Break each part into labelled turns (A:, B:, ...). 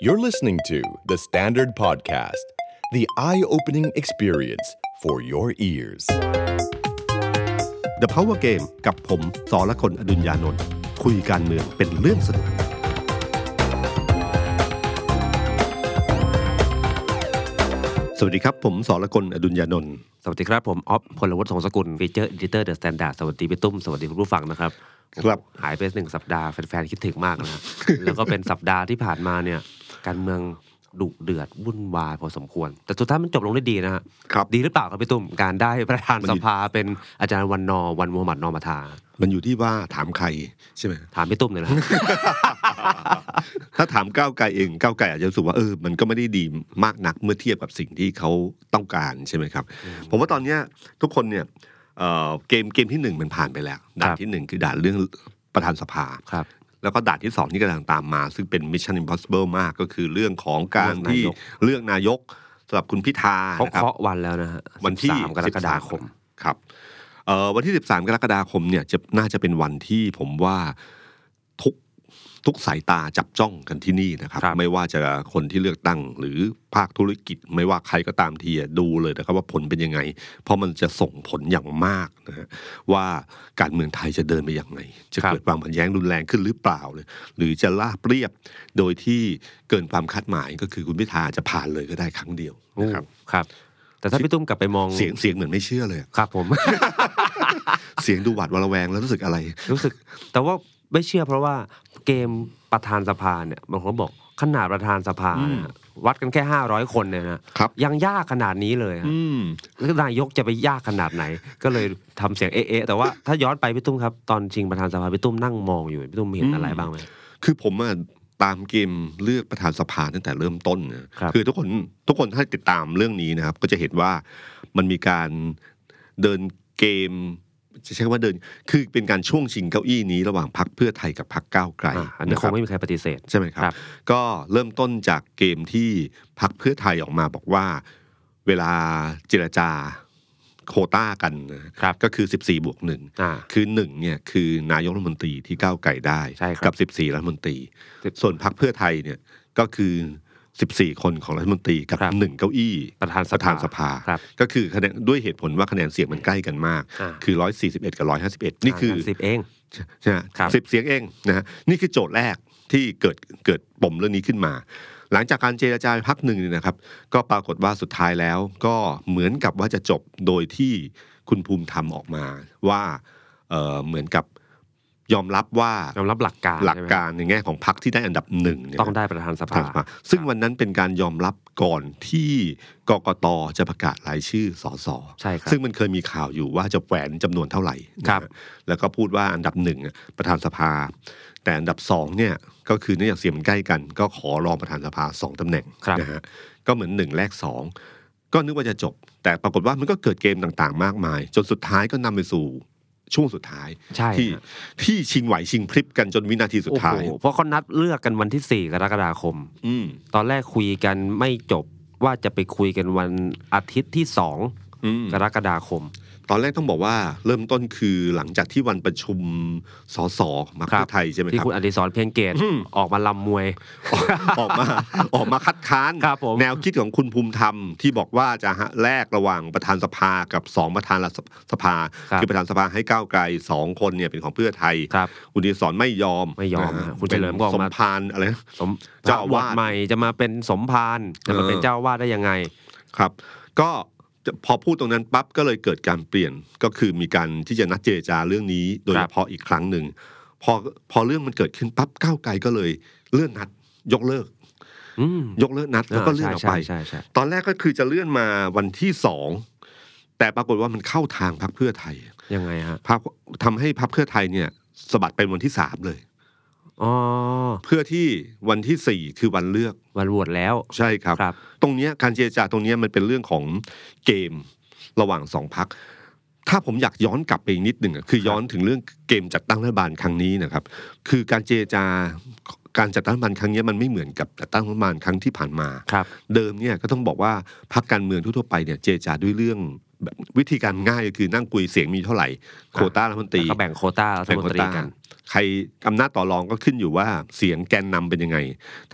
A: You're listening to The Standard Podcast, the eye opening experience for your ears.
B: The Power Game กับผมสอละคนอดุญญานนท์คุยการเมืองเป็นเรื่องสนุก สวัสดีครับ ผมสอละคนอดุญญานนท์
C: สวัสดีครับ ผมออฟพลวัตสงสกุลฟีเจอร์ดิเตอร์เดอะสแตนดาร์ดสวัสดีพี่ตุ้ม สวัสดีคุณผู้ฟังนะครับ
B: ครับ
C: หายไปหนึ่งสัปดาห์แฟนๆ คิดถึงมากนะฮะ แล้วก็เป็นสัปดาห์ที่ผ่านมาเนี่ย การเมืองดุเดือด วุ่นวายพอสมควร แต่สุดท้ายมันจบลงด้วยดีนะฮะ
B: ครับ
C: ดีหรือเปล่าครับพี่ตุ้ม การได้ประธาน
B: มัน
C: ส
B: อยู่
C: ภาเป็นอาจารย์วันนอร์วันมูฮัมหมัดนอมาทา
B: มันอยู่ที่ว่าถามใครใช่ไหม
C: ถามพี่ตุ้มเนี่ยนะฮะ
B: ถ้าถามก้าวไกลเองก้าวไกลอาจจะรู้สึกว่าเออมันก็ไม่ได้ดีมากนักเมื่อเทียบกับสิ่งที่เขาต้องการใช่ไหมครับ ผมว่าตอนเนี้ยทุกคนเนี่ยเอ่อเกมเกมที่หนึ่งมันผ่านไปแล้วด่าน
C: ครับ
B: ที่หนึ่งคือด่านเรื่องประธานสภา
C: ครับ
B: แล้วก็ด่านที่สองที่กำลังตามมา ซึ่งเป็น Mission Impossible มากก็คือเรื่องของการ
C: เลือกนายก
B: ที่เลือกนายกสำหรับคุณพิธา
C: เขา
B: นะครับ
C: เคาะวันแล้วนะฮะ
B: วันที่
C: 13กรกฎาคม
B: 13ครับเอ่อวันที่ 13 กรกฎาคมเนี่ยจะน่าจะเป็นวันที่ผมว่าทุกทุกสายตาจับจ้องกันที่นี่นะครับ
C: ครับ
B: ไม่ว่าจะคนที่เลือกตั้งหรือภาคธุรกิจ ไม่ว่าใครก็ตามทีอะดูเลยนะครับ ว่าผลเป็นยังไง เพราะมันจะส่งผลอย่างมากนะฮะว่าการเมืองไทยจะเดินไปอย่างไง จะเกิดความขัดแย้งรุนแรงขึ้นหรือเปล่าเลย หรือจะลาบเรียบโดยที่เกินความคาดหมายก็คือคุณพิธาจะผ่านเลยก็ได้ครั้งเดียวนะครับ
C: โอ้ครับ แต่ถ้าพี่ตุ้มกลับไปมอง
B: เสียงเสียงเหมือนไม่เชื่อเลยอะ
C: ครับผม
B: เสียงดูหวาดระแวงแล้วรู้สึกอะไร
C: รู้สึกแต่ว่าไม่เชื่อเพราะว่าเกมประธานสภาเนี่ยบางคนบอกขนาดประธานสภานะฮะวัดกันแค่ 500 คนเนี่ยนะครับ ยังยากขนาดนี้เลยฮะ
B: อืม
C: แล้วนายกจะไปยากขนาดไหน ก็เลยทำเสียงเอะๆแต่ว่าถ้าย้อนไปพี่ตุ้มครับตอนชิงประธานสภาพี่ตุ้มนั่งมองอยู่พี่ตุ้มเห็นอะไรบ้างไหม
B: คือผมอะตามเกมเลือกประธานสภาตั้งแต่เริ่มต้นนะครับ คือทุกคนทุกคนถ้าติดตามเรื่องนี้นะครับ ก็จะเห็นว่ามันมีการเดินเกม จะใช้คำว่าเดิน คือเป็นการช่วงชิงเก้าอี้นี้ระหว่างพักเพื่อไทยกับพักก้าวไกละ
C: อันนี้
B: นะ
C: ค
B: ครั
C: ง
B: บ
C: ไม่มีใครปฏิเสธ
B: ใช่ไหมครับ
C: ครับ
B: ก็เริ่มต้นจากเกมที่พักเพื่อไทยออกมาบอกว่าเวลาเจรจาโควต้ากันนะก็คือ 14บวกหนึ่ง
C: อ่า
B: คือหนึ่งเนี่ยคือนายกรัฐมนตรีที่ก้าวไก่ได้
C: ใช่ครับ
B: กับ 14 รัฐมนตรี
C: 10
B: ส่วนพรรคเพื่อไทยเนี่ยก็คือ 14 คนของรัฐมนตรีกับ
C: ครับ
B: หนึ่งเก้าอี้
C: ประธานส
B: ประ
C: ภา
B: ธานสภา
C: ครับ
B: ก็คือคะแนนด้วยเหตุผลว่าคะแนนเสียงมันใกล้กันมาก
C: อ่า
B: คือ 141 กับ 151 นี่คือ
C: สิบเอง
B: ใช่ไหม
C: ครับ
B: สิบเสียงเองนะฮะนี่คือโจทย์แรกที่เกิดเกิดปมเรื่องนี้ขึ้นมา หลังจากการเจรจาไปพักหนึ่งเนี่ยนะครับ ก็ปรากฏว่าสุดท้ายแล้วก็เหมือนกับว่าจะจบโดยที่คุณภูมิธรรมออกมาว่าเอ่อเหมือนกับยอมรับว่าย
C: อมรับหลักการ
B: หลัก
C: ใช่ไม
B: การในแง่ของพักที่ได้อันดับหนึ่งเนี่ย
C: ต้องได้ประธานสภา
B: ทางสภาซึ่งวันนั้นเป็นการยอมรับก่อนที่กกตจะประกาศรายชื่อสส
C: ใช่ครับ
B: ซึ่งมันเคยมีข่าวอยู่ว่าจะแหวนจำนวนเท่าไหร่นะฮะ
C: ครับ
B: แล้วก็พูดว่าอันดับหนึ่งอะประธานสภา แต่อันดับสองเนี่ยก็คือเนื่องจากเสียงมันใกล้กัน ก็ขอรองประธานสภาสองตำแหน่ง
C: ครับ
B: นะฮะก็เหมือนหนึ่งแลกสองก็นึกว่าจะจบ แต่ปรากฏว่ามันก็เกิดเกมต่างๆ มากมาย จนสุดท้ายก็นำไปสู่ช่วงสุดท้าย
C: ใช่
B: ที่
C: ฮะ
B: ที่ชิงไหวชิงพริบกันจนวินาทีสุดท้าย
C: โอ้โหเพราะเขานัดเลือกกันวันที่ 4 กรกฎาคม
B: อืม
C: ตอนแรกคุยกันไม่จบว่าจะไปคุยกันวันอาทิตย์ที่
B: อืม
C: 2 กรกฎาคม
B: ตอนแรกต้องบอกว่าเริ่มต้นคือหลังจากที่วันประชุมสสของพรรค
C: ครั
B: เพื่
C: บ
B: อไทยใช่ไหมค
C: ที่
B: รับ
C: คุณอดิศรเพียงเกต
B: อืม
C: ออกมาลำมวย
B: ออกมา ออกมาคัดค้าน
C: ครับผม
B: แนวคิดของคุณภูมิธรรมที่บอกว่าจะหาแลกระหว่างประธานสภากับสองประธานรัฐสภา
C: ครับ
B: อประธานสภาให้ก้าวไกลสองคนเนี่ยเป็นของเพื่อไทย
C: ครับ
B: คุณดีสอนไม่ยอม
C: ไม่ยอม
B: นะ
C: ฮะ
B: ฮะ
C: คุณเฉลิมก็ออก
B: ป็น
C: มา
B: สมพานอะไรนะ
C: สม
B: เจ้าอาวาส
C: พระวัดใหม่จะมาเป็นสมภารจะมา
B: เออ
C: เป็นเจ้าอาวาดได้ยังไง
B: ครับ ก็จะพอพูดตรงนั้นปั๊บก็เลยเกิดการเปลี่ยนก็คือมีการที่จะนัดเจรจาเรื่องนี้โดย
C: ครั
B: เฉ
C: บ
B: พาะอีกครั้งหนึ่งพอพอเรื่องมันเกิดขึ้นปั๊บก้าวไกลก็เลยเลื่อนนัด ยกเลิก
C: อืม
B: ยกเลิกนัดแล้วก็เลื่อนออกไป
C: ใช่ใช่ใช่ใช่
B: ตอนแรกก็คือจะเลื่อนมาวันที่สองแต่ปรากฏว่ามันเข้าทางพรรคเพื่อไทย
C: ยังไงฮะ
B: พรรคทำให้พรรคเพื่อไทยเนี่ยสะบัดเป็นวันที่สามเลย
C: อ๋อ
B: เพื่อที่วันที่สี่คือวันเลือก
C: วันโหวตแล้ว
B: ใช่ครับ
C: ครับ
B: ตรงเนี้ยการเจรจาตรงเนี้ยมันเป็นเรื่องของเกมระหว่างสองพัก ถ้าผมอยากย้อนกลับไปอีกนิดหนึ่งอะคือย้อนถึงเรื่องเกมจัดตั้งรัฐบาลครั้งนี้นะครับ คือการเจรจาการจัดตั้งรัฐบาลครั้งเนี้ยมันไม่เหมือนกับจัดตั้งรัฐบาลครั้งที่ผ่านมา
C: ครับ
B: เดิมเนี่ยก็ต้องบอกว่าพรรคการเมืองทั่วๆไปเนี่ยเจรจาด้วยเรื่อง แบบวิธีการง่ายก็คือนั่งคุยเสียงมีเท่าไหร่โควต้ารัฐมนตรี
C: แล้วก็แบ่งโควต้ารัฐ
B: แบ่ง
C: มน
B: โคว
C: ตรี
B: ต้า
C: กัน
B: ใครอำนาจต่อรองก็ขึ้นอยู่ว่าเสียงแกนนำเป็นยังไง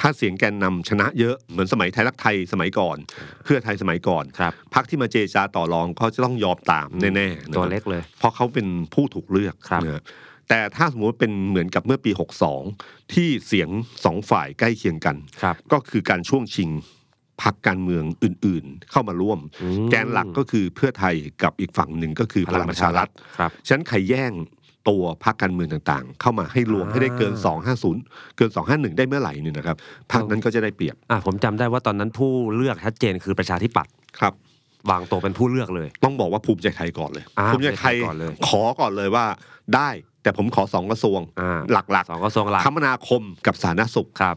B: ถ้าเสียงแกนนำชนะเยอะเหมือนสมัยไทยรักไทยสมัยก่อน เพื่อไทยสมัยก่อน
C: ครับ
B: พรรคที่มาเจรจาต่อรองเขาจะต้องยอมตามแน่ๆนะครับ
C: ตัวเล็กเลย
B: เพราะเขาเป็นผู้ถูกเลือก
C: ครับ
B: นะฮะแต่ถ้าสมมติว่าเป็นเหมือนกับเมื่อปี 62 ที่เสียงสองฝ่ายใกล้เคียงกัน
C: ครับ
B: ก็คือการช่วงชิงพักการเมืองอื่นๆ เข้ามาร่วม
C: อืม
B: แกนหลักก็คือเพื่อไทยกับอีกฝั่งหนึ่งก็คือพลังประชารัฐ
C: ครับ
B: ฉะนั้นใครแย่งตัวพักการเมืองต่างๆ เข้ามาให้รวม
C: อ่า
B: ให้ได้เกิน 250 เกิน 251 ได้เมื่อไหร่เนี่ยนะครับพรรคนั้นก็จะได้เปรียบ
C: อ่ะผมจำได้ว่าตอนนั้นผู้เลือกชัดเจนคือประชาธิปัตย์
B: ครับ
C: วางตัวเป็นผู้เลือกเลย
B: ต้องบอกว่าภูมิใจไทยก่อนเลย
C: อ่า
B: ภูมิใจไทย
C: ภูมิใจไทยก่อนเลย
B: ขอก่อนเลยว่าได้ แต่ผมขอสองกระทรวง
C: อ่า
B: หลักๆ
C: สองกระทรวงหลัก
B: คมนาคมกับสาธารณสุข
C: ครับ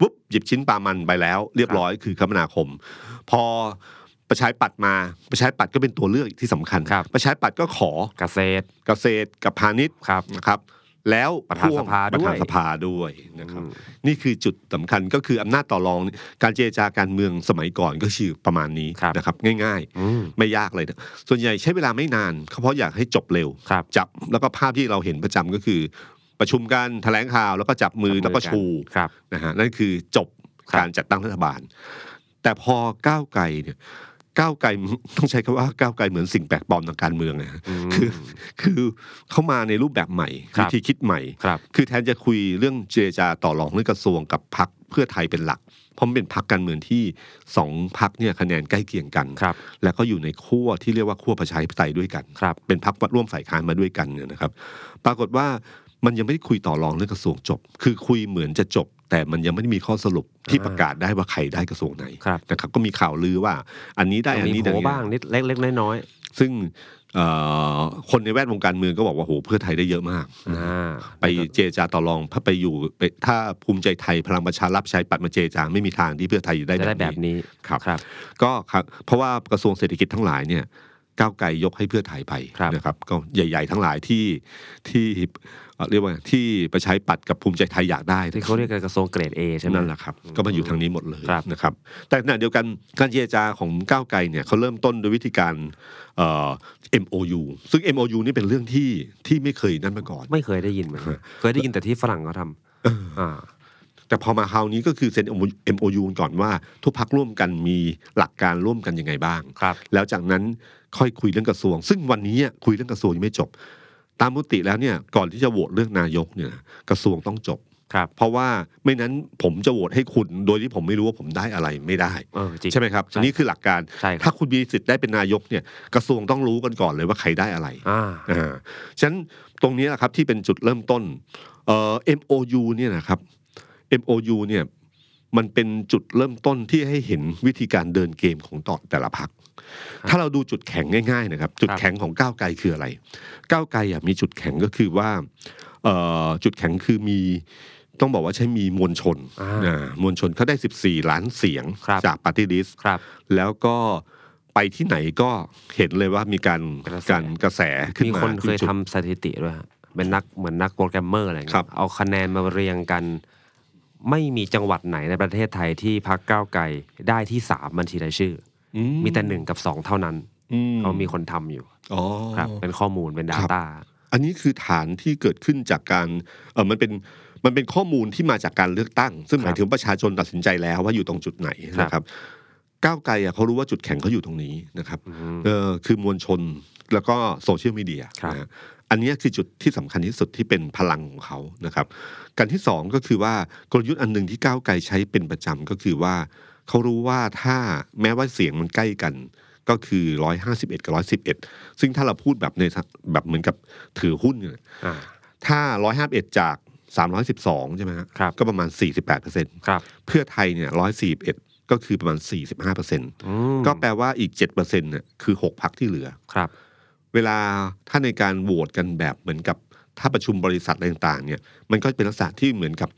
B: ปุ๊บหยิบชิ้นปลามันไปแล้ว เรียบร้อยคือคมนาคม พอประชาธิปัดมาประชาธิปัดก็เป็นตัวเลือกที่สำคัญ
C: ครับ
B: ประชาธิปัดก็ขอ
C: เกษตร
B: เกษตรกับพาณิชย์
C: ครับ
B: นะครับ แล้ว
C: ประธานสภา
B: พ่วงประธาน
C: ด้วย
B: สภาด้วยนะครับ นี่คือจุดสำคัญก็คืออำนาจต่อรองนี่การเจรจาการเมืองสมัยก่อนก็คือประมาณนี้
C: ครับ
B: นะครับ ง่าย
C: อืม
B: ๆ ไม่ยากเลยนะส่วนใหญ่ใช้เวลาไม่นานเขาเพราะอยากให้จบเร็ว
C: ครับ
B: จับแล้วก็ภาพที่เราเห็นประจำก็คือ ประชุมกันแถลงข่าวแล้วก็จับมือ
C: จับมือ
B: แล้วก็ชู
C: ครับ
B: นะฮะนั่นคือจบ
C: ครับ
B: การจัดตั้งรัฐบาล แต่พอก้าวไกลเนี่ยก้าวไกล ต้องใช้คำว่าก้าวไกลเหมือนสิ่งแปลกปลอมทางการเมืองนะฮะ
C: ม
B: คือคือเข้ามาในรูปแบบใหม่
C: ครั
B: วิ
C: บ
B: ธีคิดใหม่
C: ครับ
B: คือแทนจะคุยเรื่องเจรจาต่อรองเรื่องกระทรวงกับพักเพื่อไทยเป็นหลัก เพราะมันเป็นพักการเมืองที่สองพักเนี่ยคะแนนใกล้เคียงกัน
C: ครับ
B: แล้วก็อยู่ในขั้วที่เรียกว่าขั้วประชาธิปไตยด้วยกัน
C: ครับ
B: เป็นพักร่วมฝ่ายค้านมาด้วยกันเนี่ยนะครับ ปรากฏว่ามันยังไม่ได้คุยต่อรองเรื่องกระทรวงจบ คือคุยเหมือนจะจบ แต่มันยังไม่ได้มีข้อสรุปที่
C: อ่า
B: ประกาศได้ว่าใครได้กระทรวงไหน
C: ครับ
B: นะครับ ก็มีข่าวลือว่าอันนี้ได้อัน
C: มี
B: นี้
C: โผ
B: ได้
C: ล่
B: อันนี้
C: บ้างนิดเล็กๆน้อย
B: ซึ่งเอ่อคนในแวดวงการเมืองก็บอกว่าโหเพื่อไทยได้เยอะมาก
C: ๆอ่า
B: ไปเจรจาต่อรองถ้าไปอยู่ไปถ้าภูมิใจไทยพลังประชารัฐใช้ปัดมาเจรจาไม่มีทางที่เพื่อไทยจะได้
C: จะได้
B: แบ
C: แบบ บ
B: นี้
C: นี้
B: ครับ
C: ครับ
B: ก็ครับเพราะว่ากระทรวงเศรษฐกิจทั้งหลายเนี่ยก้าวไกลยกให้เพื่อไทยไป
C: ครับ
B: นะครับก็ใหญ่ ๆ ทั้งหลายที่ที่เอ่อเรียกว่าที่ประชาธิปัดกับภูมิใจไทยอยากได้
C: ที่เขาเรียกกันกระทรวงเกรด A ใช่ไหม
B: นั่นแหละครับก็มาอยู่ทางนี้หมดเลย
C: ครับ
B: นะครับแต่ขณะเดียวกันการเจรจาของก้าวไกลเนี่ยเขาเริ่มต้นด้วยวิธีการเอ่อ MOU ซึ่ง MOU นี่เป็นเรื่องที่ที่ไม่เคยนั่นมาก่อน
C: ไม่เคยได้ยินเหมือนกันเคยได้ยินแต่ที่ฝรั่งเขาทำอ่า
B: แต่พอมาคราวนี้ก็คือเซ็น MOU ก่อนว่า ทุกพักร่วมกันมีหลักการร่วมกันยังไงบ้าง
C: ครับ
B: แล้วจากนั้นค่อยคุยเรื่องกระทรวง ซึ่งวันนี้คุยเรื่องกระทรวงยังไม่จบ ตามมติแล้วเนี่ยก่อนที่จะโหวตเลือกนายกเนี่ยกระทรวงต้องจบ
C: ครับ
B: เพราะว่าไม่นั้นผมจะโหวตให้คุณ โดยที่ผมไม่รู้ว่าผมได้อะไรไม่ได้
C: เออจริง
B: ใช่ไหมครับ
C: ใช่
B: อันนี้คือหลักการ
C: ใช่ครั
B: ถ้า
C: บ
B: คุณมีสิทธิ์ได้เป็นนายกเนี่ยกระทรวงต้องรู้กันก่อนเลยว่าใครได้อะไร
C: อ่า
B: อ่าฉะนั้นตรงนี้แหละครับที่เป็นจุดเริ่มต้นเอ่อ MOU เนี่ยนะครับ MOU เนี่ยมันเป็นจุดเริ่มต้นที่ให้เห็นวิธีการเดินเกมของต่อแต่ละพัก ถ้าเราดูจุดแข็งง่ายๆนะครับ จุด
C: ครับ
B: แข็งของก้าวไกลคืออะไร ก้าวไกลอ่ะมีจุดแข็งก็คือว่าเอ่อจุดแข็งคือมีต้องบอกว่าใช้มีมวลชน
C: อ่า
B: อ่ามวลชนเขาได้ 14 ล้านเสียง
C: ครับ
B: จากปาร์ตี้ลิส
C: ครับ
B: แล้วก็ไปที่ไหนก็เห็นเลยว่ามีการ
C: กระแส
B: การกระแสขึ้น
C: มี
B: มา
C: คนเคย
B: จุด
C: ทำสถิติด้วยฮะเป็นนักเหมือนนักโปรแกรมเมอร์อะไร
B: ครั
C: เงี้
B: บ
C: ยเอาคะแนนมาเรียงกัน ไม่มีจังหวัดไหนในประเทศไทยที่พักก้าวไกลได้ที่สามบัญชีรายชื่อ
B: อื
C: อมีแต่หนึ่งกับสองเท่านั้น
B: อื
C: เขามีคนทำอยู่
B: อ๋อ
C: ครับ เป็นข้อมูลเป็น
B: ครับ
C: Data
B: อันนี้คือฐานที่เกิดขึ้นจากการเออมันเป็นมันเป็นข้อมูลที่มาจากการเลือกตั้ง ซึ่งหมาย
C: ครับ
B: ถึงประชาชนตัดสินใจแล้วว่าอยู่ตรงจุดไหน
C: ครับ
B: นะครับ ก้าวไกลอะเขารู้ว่าจุดแข็งเขาอยู่ตรงนี้นะครับ
C: อืม
B: เออคือมวลชนแล้วก็โซเชียลมีเดีย
C: ครับ
B: นะฮะอันเนี้ยคือจุดที่สำคัญที่สุดที่เป็นพลังของเขานะครับการที่สองก็คือว่ากลยุทธ์อันหนึ่งที่ก้าวไกลใช้เป็นประจำก็คือว่าเขารู้ว่าถ้าแม้ว่าเสียงมันใกล้กันก็คือ 151 กับ 111 ซึ่งถ้าเราพูดแบบในแบบเหมือนกับถือหุ้นเนี่ย
C: อ่า
B: ถ้า 151 จาก 312 ใช่ไหมฮะ
C: ครับ
B: ก็ประมาณ 48%
C: ครับ
B: เพื่อไทยเนี่ย141 ก็คือประมาณ 45%
C: อืม
B: ก็แปลว่าอีก7%เนี่ยคือหกพักที่เหลือ
C: ครับ
B: เวลาถ้าในการโหวตกันแบบเหมือนกับถ้าประชุมบริษัทอะไรต่างๆเนี่ยมันก็เป็นลักษณะที่เหมือนกับ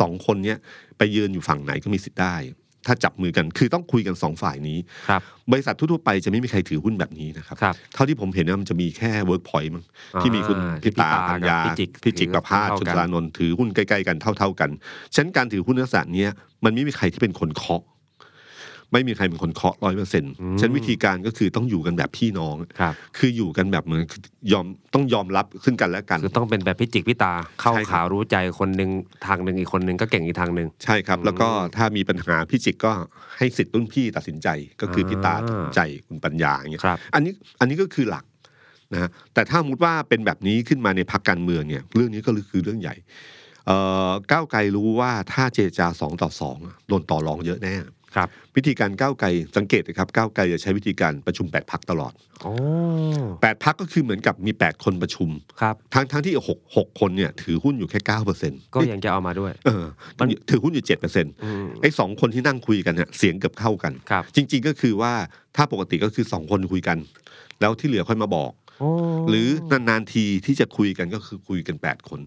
B: สองคนเนี่ยไปยืนอยู่ฝั่งไหนก็มีสิทธิ์ได้ ถ้าจับมือกันคือต้องคุยกันสองฝ่ายนี้
C: ครับ
B: บริษัททั่วๆไปจะไม่มีใครถือหุ้นแบบนี้นะครับ
C: ครับ
B: เท่าที่ผมเห็นนะมันจะมีแค่เวิร์กพอยต์มั้ง
C: อ่า
B: ที่มีคุณพิตา
C: ที่พิตา
B: พัญญา
C: กับพี่จิก
B: พี่จิก
C: ถือ
B: ประภาส
C: เท่าๆ
B: ช
C: กัน
B: นทรานนท์ถือหุ้นใกล้ๆกันเท่า ๆกันฉะนันการถือหุ้นลักษณะเนี้ยมันไม่มีใครที่เป็นคนเคาะ ไม่มีใครเป็นคนเคาะร้อยเปอร์เซ็นต์
C: อืม
B: ฉะนันวิธีการก็คือต้องอยู่กันแบบพี่น้อง
C: ครับ
B: คืออยู่กันแบบเหมือนยอมต้องยอมรับซึ่งกันและกัน
C: คือต้องเป็นแบบพิจิกพิตาเข้า
B: ใช่ครับ
C: ขารู้ใจคนหนึ่งทางหนึ่งอีกคนหนึ่งก็เก่งอีกทางหนึ่ง
B: ใช่ครับ แล้วก็ถ้ามีปัญหาพี่จิกก็ให้สิทธิ์รุ่นพี่ตัดสินใจก็คือพี่ตา
C: อ่า
B: ตัดสินใจคุณปัญญาอย่างเงี้ย
C: ครับ
B: อันนี้อันนี้ก็คือหลักนะฮะแต่ถ้าสมมุติว่าเป็นแบบนี้ขึ้นมาในพักการเมืองเนี่ย เรื่องนี้ก็คือเรื่องใหญ่เอ่อก้าวไกลรู้ว่าถ้าเจรจาสองต่อสองอะโดนต่อรองเยอะแน่
C: ครับ
B: วิธีการก้าวไกลสังเกตนะครับก้าวไกลจะใช้วิธีการประชุม8พักตลอด
C: โอ้
B: 8พักก็คือเหมือนกับมี 8 คนประชุม
C: ครับ
B: ทั้งทั้งที่6 6คนเนี่ยถือหุ้นอยู่แค่9เปอร์เซ็นต์
C: ก็ยังจะเอามาด้วย
B: เออถือหุ้นอยู่7เปอร์เซ็นต์
C: อืม
B: ไอ้สองคนที่นั่งคุยกันเนี่ยเสียงเกือบเข้ากัน
C: ครับ
B: จริง ๆ ก็คือว่าถ้าปกติก็คือสองคนคุยกัน แล้วที่เหลือค่อยมาบอก
C: โอ้
B: หรือนานๆทีที่จะคุยกันก็คือคุยกัน 8 คน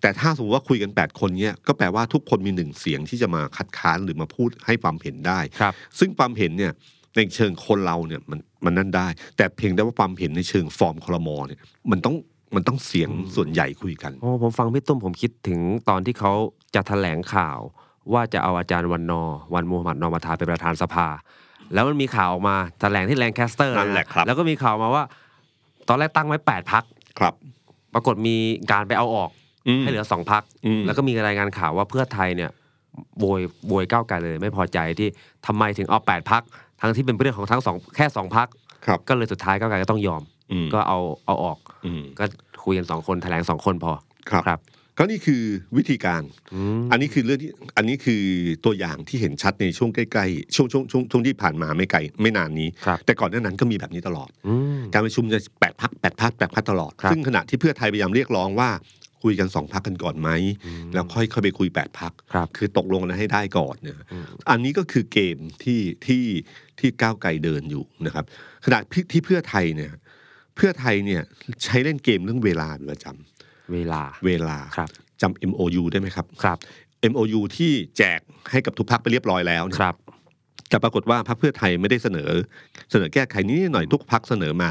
B: แต่ถ้าสมมติว่าคุยกัน 8 คนเนี่ยก็แปลว่าทุกคนมีหนึ่งเสียงที่จะมาคัดค้านหรือมาพูดให้ความเห็นได้
C: ครับ
B: ซึ่งความเห็นเนี่ยในเชิงคนเราเนี่ยมันมันนั่นได้ แต่เพียงแต่ว่าความเห็นในเชิงฟอร์มคลมอเนี่ยมันต้องมันต้องเสียงส่วนใหญ่คุยกัน
C: โอ้ผมฟังพี่ตุ้มผมคิดถึงตอนที่เขาจะแถลงข่าว ว่าจะเอาอาจารย์วันนอร์วันมูฮัมหมัดนอมาทาเป็นประธานสภา แล้วมันมีข่าวออกมาแถลงที่แลงแคสเตอร์
B: นั่นแหละครับ
C: แล้วก็มีข่าวมาว่า ตอนแรกตั้งไว้8พัก
B: ครับ
C: ปรากฏมีการไปเอาออก
B: อืม
C: ให้เหลือสองพัก
B: อืม
C: แล้วก็มีรายงานข่าวว่าเพื่อไทยเนี่ยโวยโวยก้าวไกลเลย ไม่พอใจที่ทำไมถึงเอาแปดพักทั้งที่เป็นเรื่องของทั้งสองแค่สองพัก
B: ครับ
C: ก็เลยสุดท้ายก้าวไกลก็ต้องยอม
B: อืม
C: ก็เอาเอาออก
B: อืม
C: ก็คุยกันสองคนแถลงสองคนพอ
B: ครับ
C: ครับ
B: ก็นี่คือวิธีการ
C: อืม
B: อันนี้คือเรื่องที่อันนี้คือตัวอย่างที่เห็นชัดในช่วงใกล้ๆช่วงช่วงช่วงช่วงที่ผ่านมาไม่ไกลไม่นานนี้
C: ครับ
B: แต่ก่อนหน้านั้นก็มีแบบนี้ตลอด
C: อืม
B: การประชุมจะแปดพักแปดพักแปดพักตลอด
C: ครับ
B: ซึ่งขณะที่เพื่อไทยพยายามเรียกร้องว่าคุยกันสองพักกันก่อนไหม แล้วค่อยค่อยไปคุยแปดพัก
C: ครับ
B: อตกลงกันให้ได้ก่อนนะอันนี้ก็คือเกมที่ที่ที่ก้าวไกลเดินอยู่นะครับ ขณะที่ที่เพื่อไทยเนี่ยเพื่อไทยเนี่ยใช้เล่นเกมเรื่องเวลาเป็นประจ
C: เวลา
B: ำเวลา
C: ครับ
B: จำ MOU ได้ไหมครับ
C: ครับ
B: MOU ที่แจกให้กับทุกพักไปเรียบร้อยแล้วนะครับ แต่ปรากฏว่าพักเพื่อไทยไม่ได้เสนอ เสนอแก้ไขนี้หน่อยทุกพักเสนอมา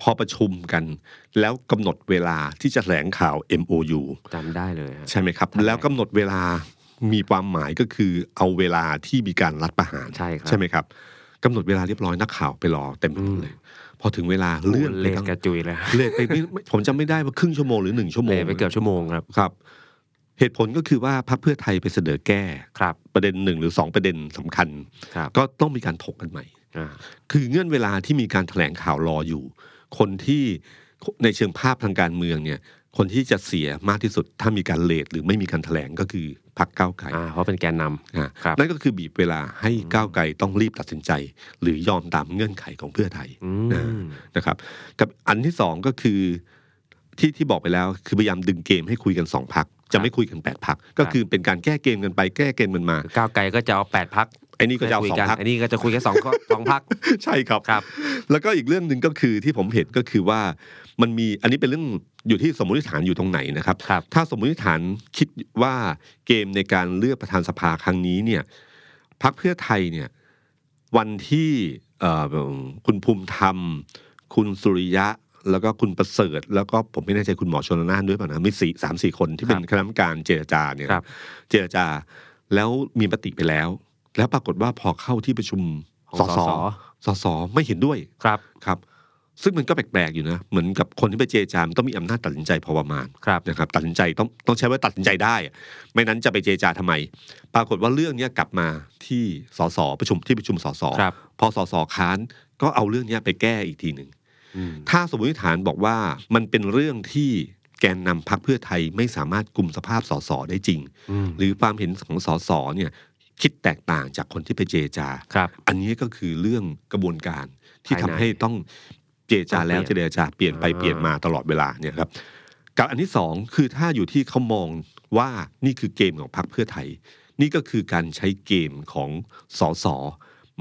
B: พอประชุมกัน แล้วกำหนดเวลาที่จะแถลงข่าว MOU
C: จำได้เลยฮะ
B: ใช่ไหมครับ
C: ใช่ครับ
B: แล้วกำหนดเวลามีความหมายก็คือเอาเวลาที่มีการรัฐประหาร
C: ใช่ครับ
B: ใช่ไหมครับกำหนดเวลาเรียบร้อยนักข่าวไปรอเต็มไปหมดเลย พอถึงเวลาเลื่อนไป
C: เลท
B: ทั้ง
C: กระจุยเลย
B: เลทไปไม่ไม่ผมจำไม่ได้ว่าครึ่งชั่วโมงหรือหนึ่งชั่วโม
C: เล
B: ง
C: ทไปเกือบชั่วโมงครับ
B: ครับ เหตุผลก็คือว่าพรรคเพื่อไทยไปเสนอแก้
C: ครับ
B: ประเด็นหนึ่งหรือสองประเด็นสำคัญ
C: ครับ
B: ก็ต้องมีการถกกันใหม่
C: อ่า
B: คือเงื่อนเวลาที่มีการแถลงข่าวรออยู่ คนที่ในเชิงภาพทางการเมืองเนี่ย คนที่จะเสียมากที่สุด ถ้ามีการเลทหรือไม่มีการแถลงก็คือพรรคก้าวไกล
C: อ่าเพราะเป็นแกนนำ
B: อ่า
C: ครับ
B: นั่นก็คือบีบเวลาให้ก้าวไกลต้องรีบตัดสินใจ หรือยอมตามเงื่อนไขของเพื่อไทย
C: อืม
B: นะครับกับอันที่สองก็คือที่ที่บอกไปแล้วคือพยายามดึงเกมให้คุยกันสองพักจะไม่คุยกันแปดพักก็
C: ครับ
B: คือเป็นการแก้เกมกันไปแก้เกมกันมา
C: ก้าวไกลก็จะเอาแปดพัก
B: ไอ้นี่ก็จะเอา
C: คุย
B: สอง
C: กัน
B: พัก
C: ไอันนี้ก็จะคุยแค่สองข้อ สองพัก
B: ใช่ครับ
C: ครับ
B: แล้วก็อีกเรื่องหนึ่งก็คือที่ผมเห็นก็คือว่ามันมีอันนี้เป็นเรื่องอยู่ที่สมมติฐานอยู่ตรงไหนนะครับ
C: ครับ
B: ถ้าสมมติฐานคิดว่าเกมในการเลือกประธานสภาครั้งนี้เนี่ยพักเพื่อไทยเนี่ยวันที่เอ่อคุณภูมิธรรม คุณสุริยะแล้วก็คุณประเสริฐ แล้วก็ผมไม่แน่ใจคุณหมอชนละนานด้วยป่ะนะมีสี่สามสี่คนที่เป็น
C: ครับ
B: คณะกรรมการเจรจาเนี่ย
C: ครับ
B: เจรจาแล้วมีมติไปแล้ว แล้วปรากฏว่าพอเข้าที่ประชุม
C: ของ
B: ส
C: ส
B: ส
C: ส
B: สสไม่เห็นด้วย
C: ครับ
B: ครับซึ่งมันก็แปลกๆอยู่นะ เหมือนกับคนที่ไปเจรจามนต้องมีอำนาจตัดสินใจพอประมาณ
C: ครับ
B: นะครับตัดสินใจต้องต้องใช้ว่าตัดสินใจได้อะไม่นั้นจะไปเจรจาทำไม ปรากฏว่าเรื่องเนี้ยกลับมาที่สสประชุมที่ประชุมสส
C: ครับ
B: พอสสค้านก็เอาเรื่องเนี้ยไปแก้อีกทีหนึ่ง
C: อืม
B: ถ้าสมมติฐานบอกว่ามันเป็นเรื่องที่แกนนำพักเพื่อไทยไม่สามารถกลุ่มสภาพสสได้จริง
C: อืม
B: หรือความเห็นของสสเนี่ยคิดแตกต่างจากคนที่ไปเจรจา
C: ครับ
B: อันนี้ก็คือเรื่องกระบวนการที่ทำ
C: ภายใน
B: ให้ต้องเจรจาแล้ว
C: ต้
B: เจ
C: องเปลี่
B: ร
C: ยน
B: จาเปลี่ยนไป
C: อ่า
B: เปลี่ยนมาตลอดเวลาเนี่ยครับกับอันที่สองคือถ้าอยู่ที่เขามองว่านี่คือเกมของพรรคเพื่อไทย นี่ก็คือการใช้เกมของสส